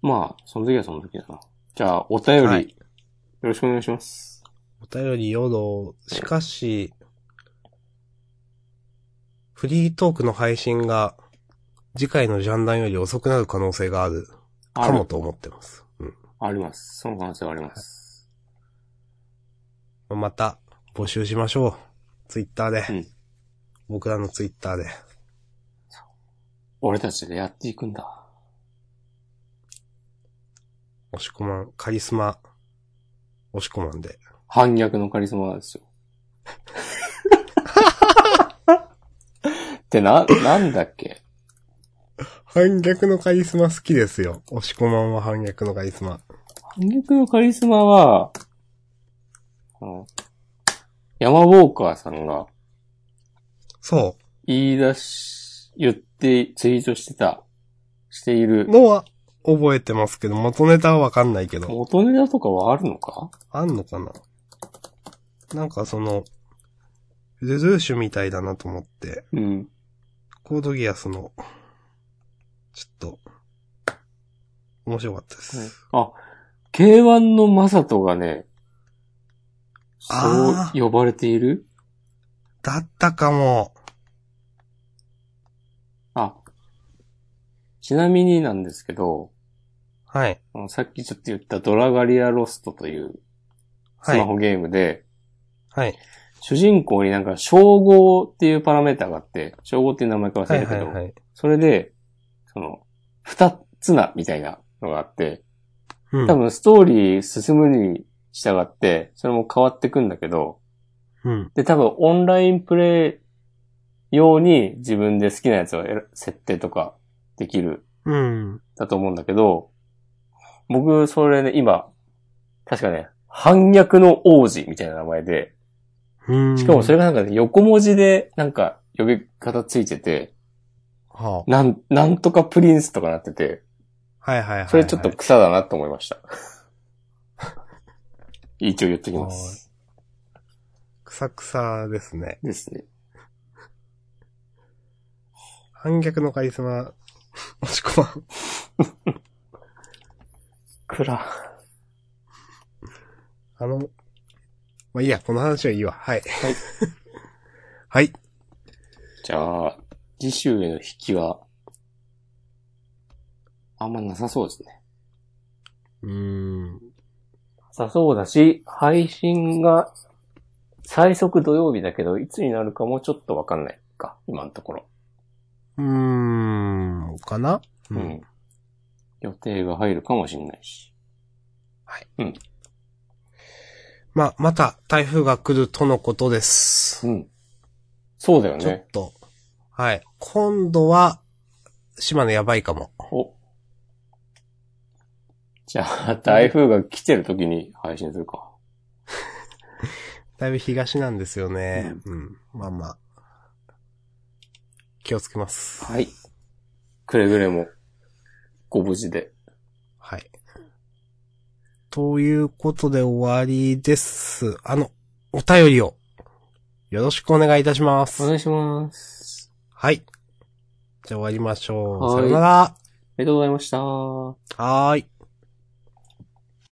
まあ、その時はその時だな。じゃあ、お便り、はいよろしくお願いします。お便りよろ、しかし、フリートークの配信が次回のジャンダンより遅くなる可能性があるあかもると思ってます。うんあります。その可能性はあります。。また募集しましょう。ツイッターで。うん僕らのツイッターで。俺たちでやっていくんだ。押し込まん、カリスマ、押し込まんで。反逆のカリスマ ですよ。ってな、なんだっけ反逆のカリスマ好きですよ。押し込まんは反逆のカリスマ。反逆のカリスマは、あのヤマウォーカーさんがそ。言い出し、言ってツイートしてた、していうる。のは覚えてますけど、元ネタはわかんないけど。元ネタとかはあるのかあんのかななんかその、ルルーシュみたいだなと思って、うん。コードギアスの、ちょっと、面白かったです。あ、K1 のマサトがね、そうあー呼ばれているだったかも。あ、ちなみになんですけど、はい。あのさっきちょっと言ったドラガリアロストというスはマい。ホゲームで、はい。主人公になんか称号っていうパラメーターがあって、称号っていう名前か忘はれい。たけど、はい。はい。それで、その、二つなみたいなのがあって、うん多分ストーリー進むに従って、それも変わってくんだけど、うん。で、多分オンラインプレイ用に自分で好きなやつを選設定とかできる、うん。だと思うんだけど、僕、それね、今、確かね、反逆の王子みたいな名前で、うん。しかもそれがなんかね、横文字でなんか呼び方ついてて、はなん、なんとかプリンスとかなってて、あ、はいはいはいはい。それちょっと草だなと思いました。 一応言っときます。草草ですね。ですね。反逆のカリスマ、もしくは、くら。あの、まあ、いいや、この話はいいわ。はい。はい。 はい。じゃあ、次週への引きは、あんまなさそうですね。うーん。さそうだし、配信が最速土曜日だけど、いつになるかもちょっとわかんないか、今のところ。うーん、かなうう。ん。予定が入るかもしれないし。まあ、また台風が来るとのことです。うん。そうだよちょっね。と。はい。今度は、島根やばいかも。お。じゃあ、台風が来てる時に配信するか。だいぶ東なんですよね。うん。まあまあ。気をつけます。はい。くれぐれも、ご無事で。はい。ということで終わりです。あの、お便りを、よろしくお願いいたします。お願いします。はい。じゃあ終わりましょう。はいさよなら。ありがとうございました。はーい。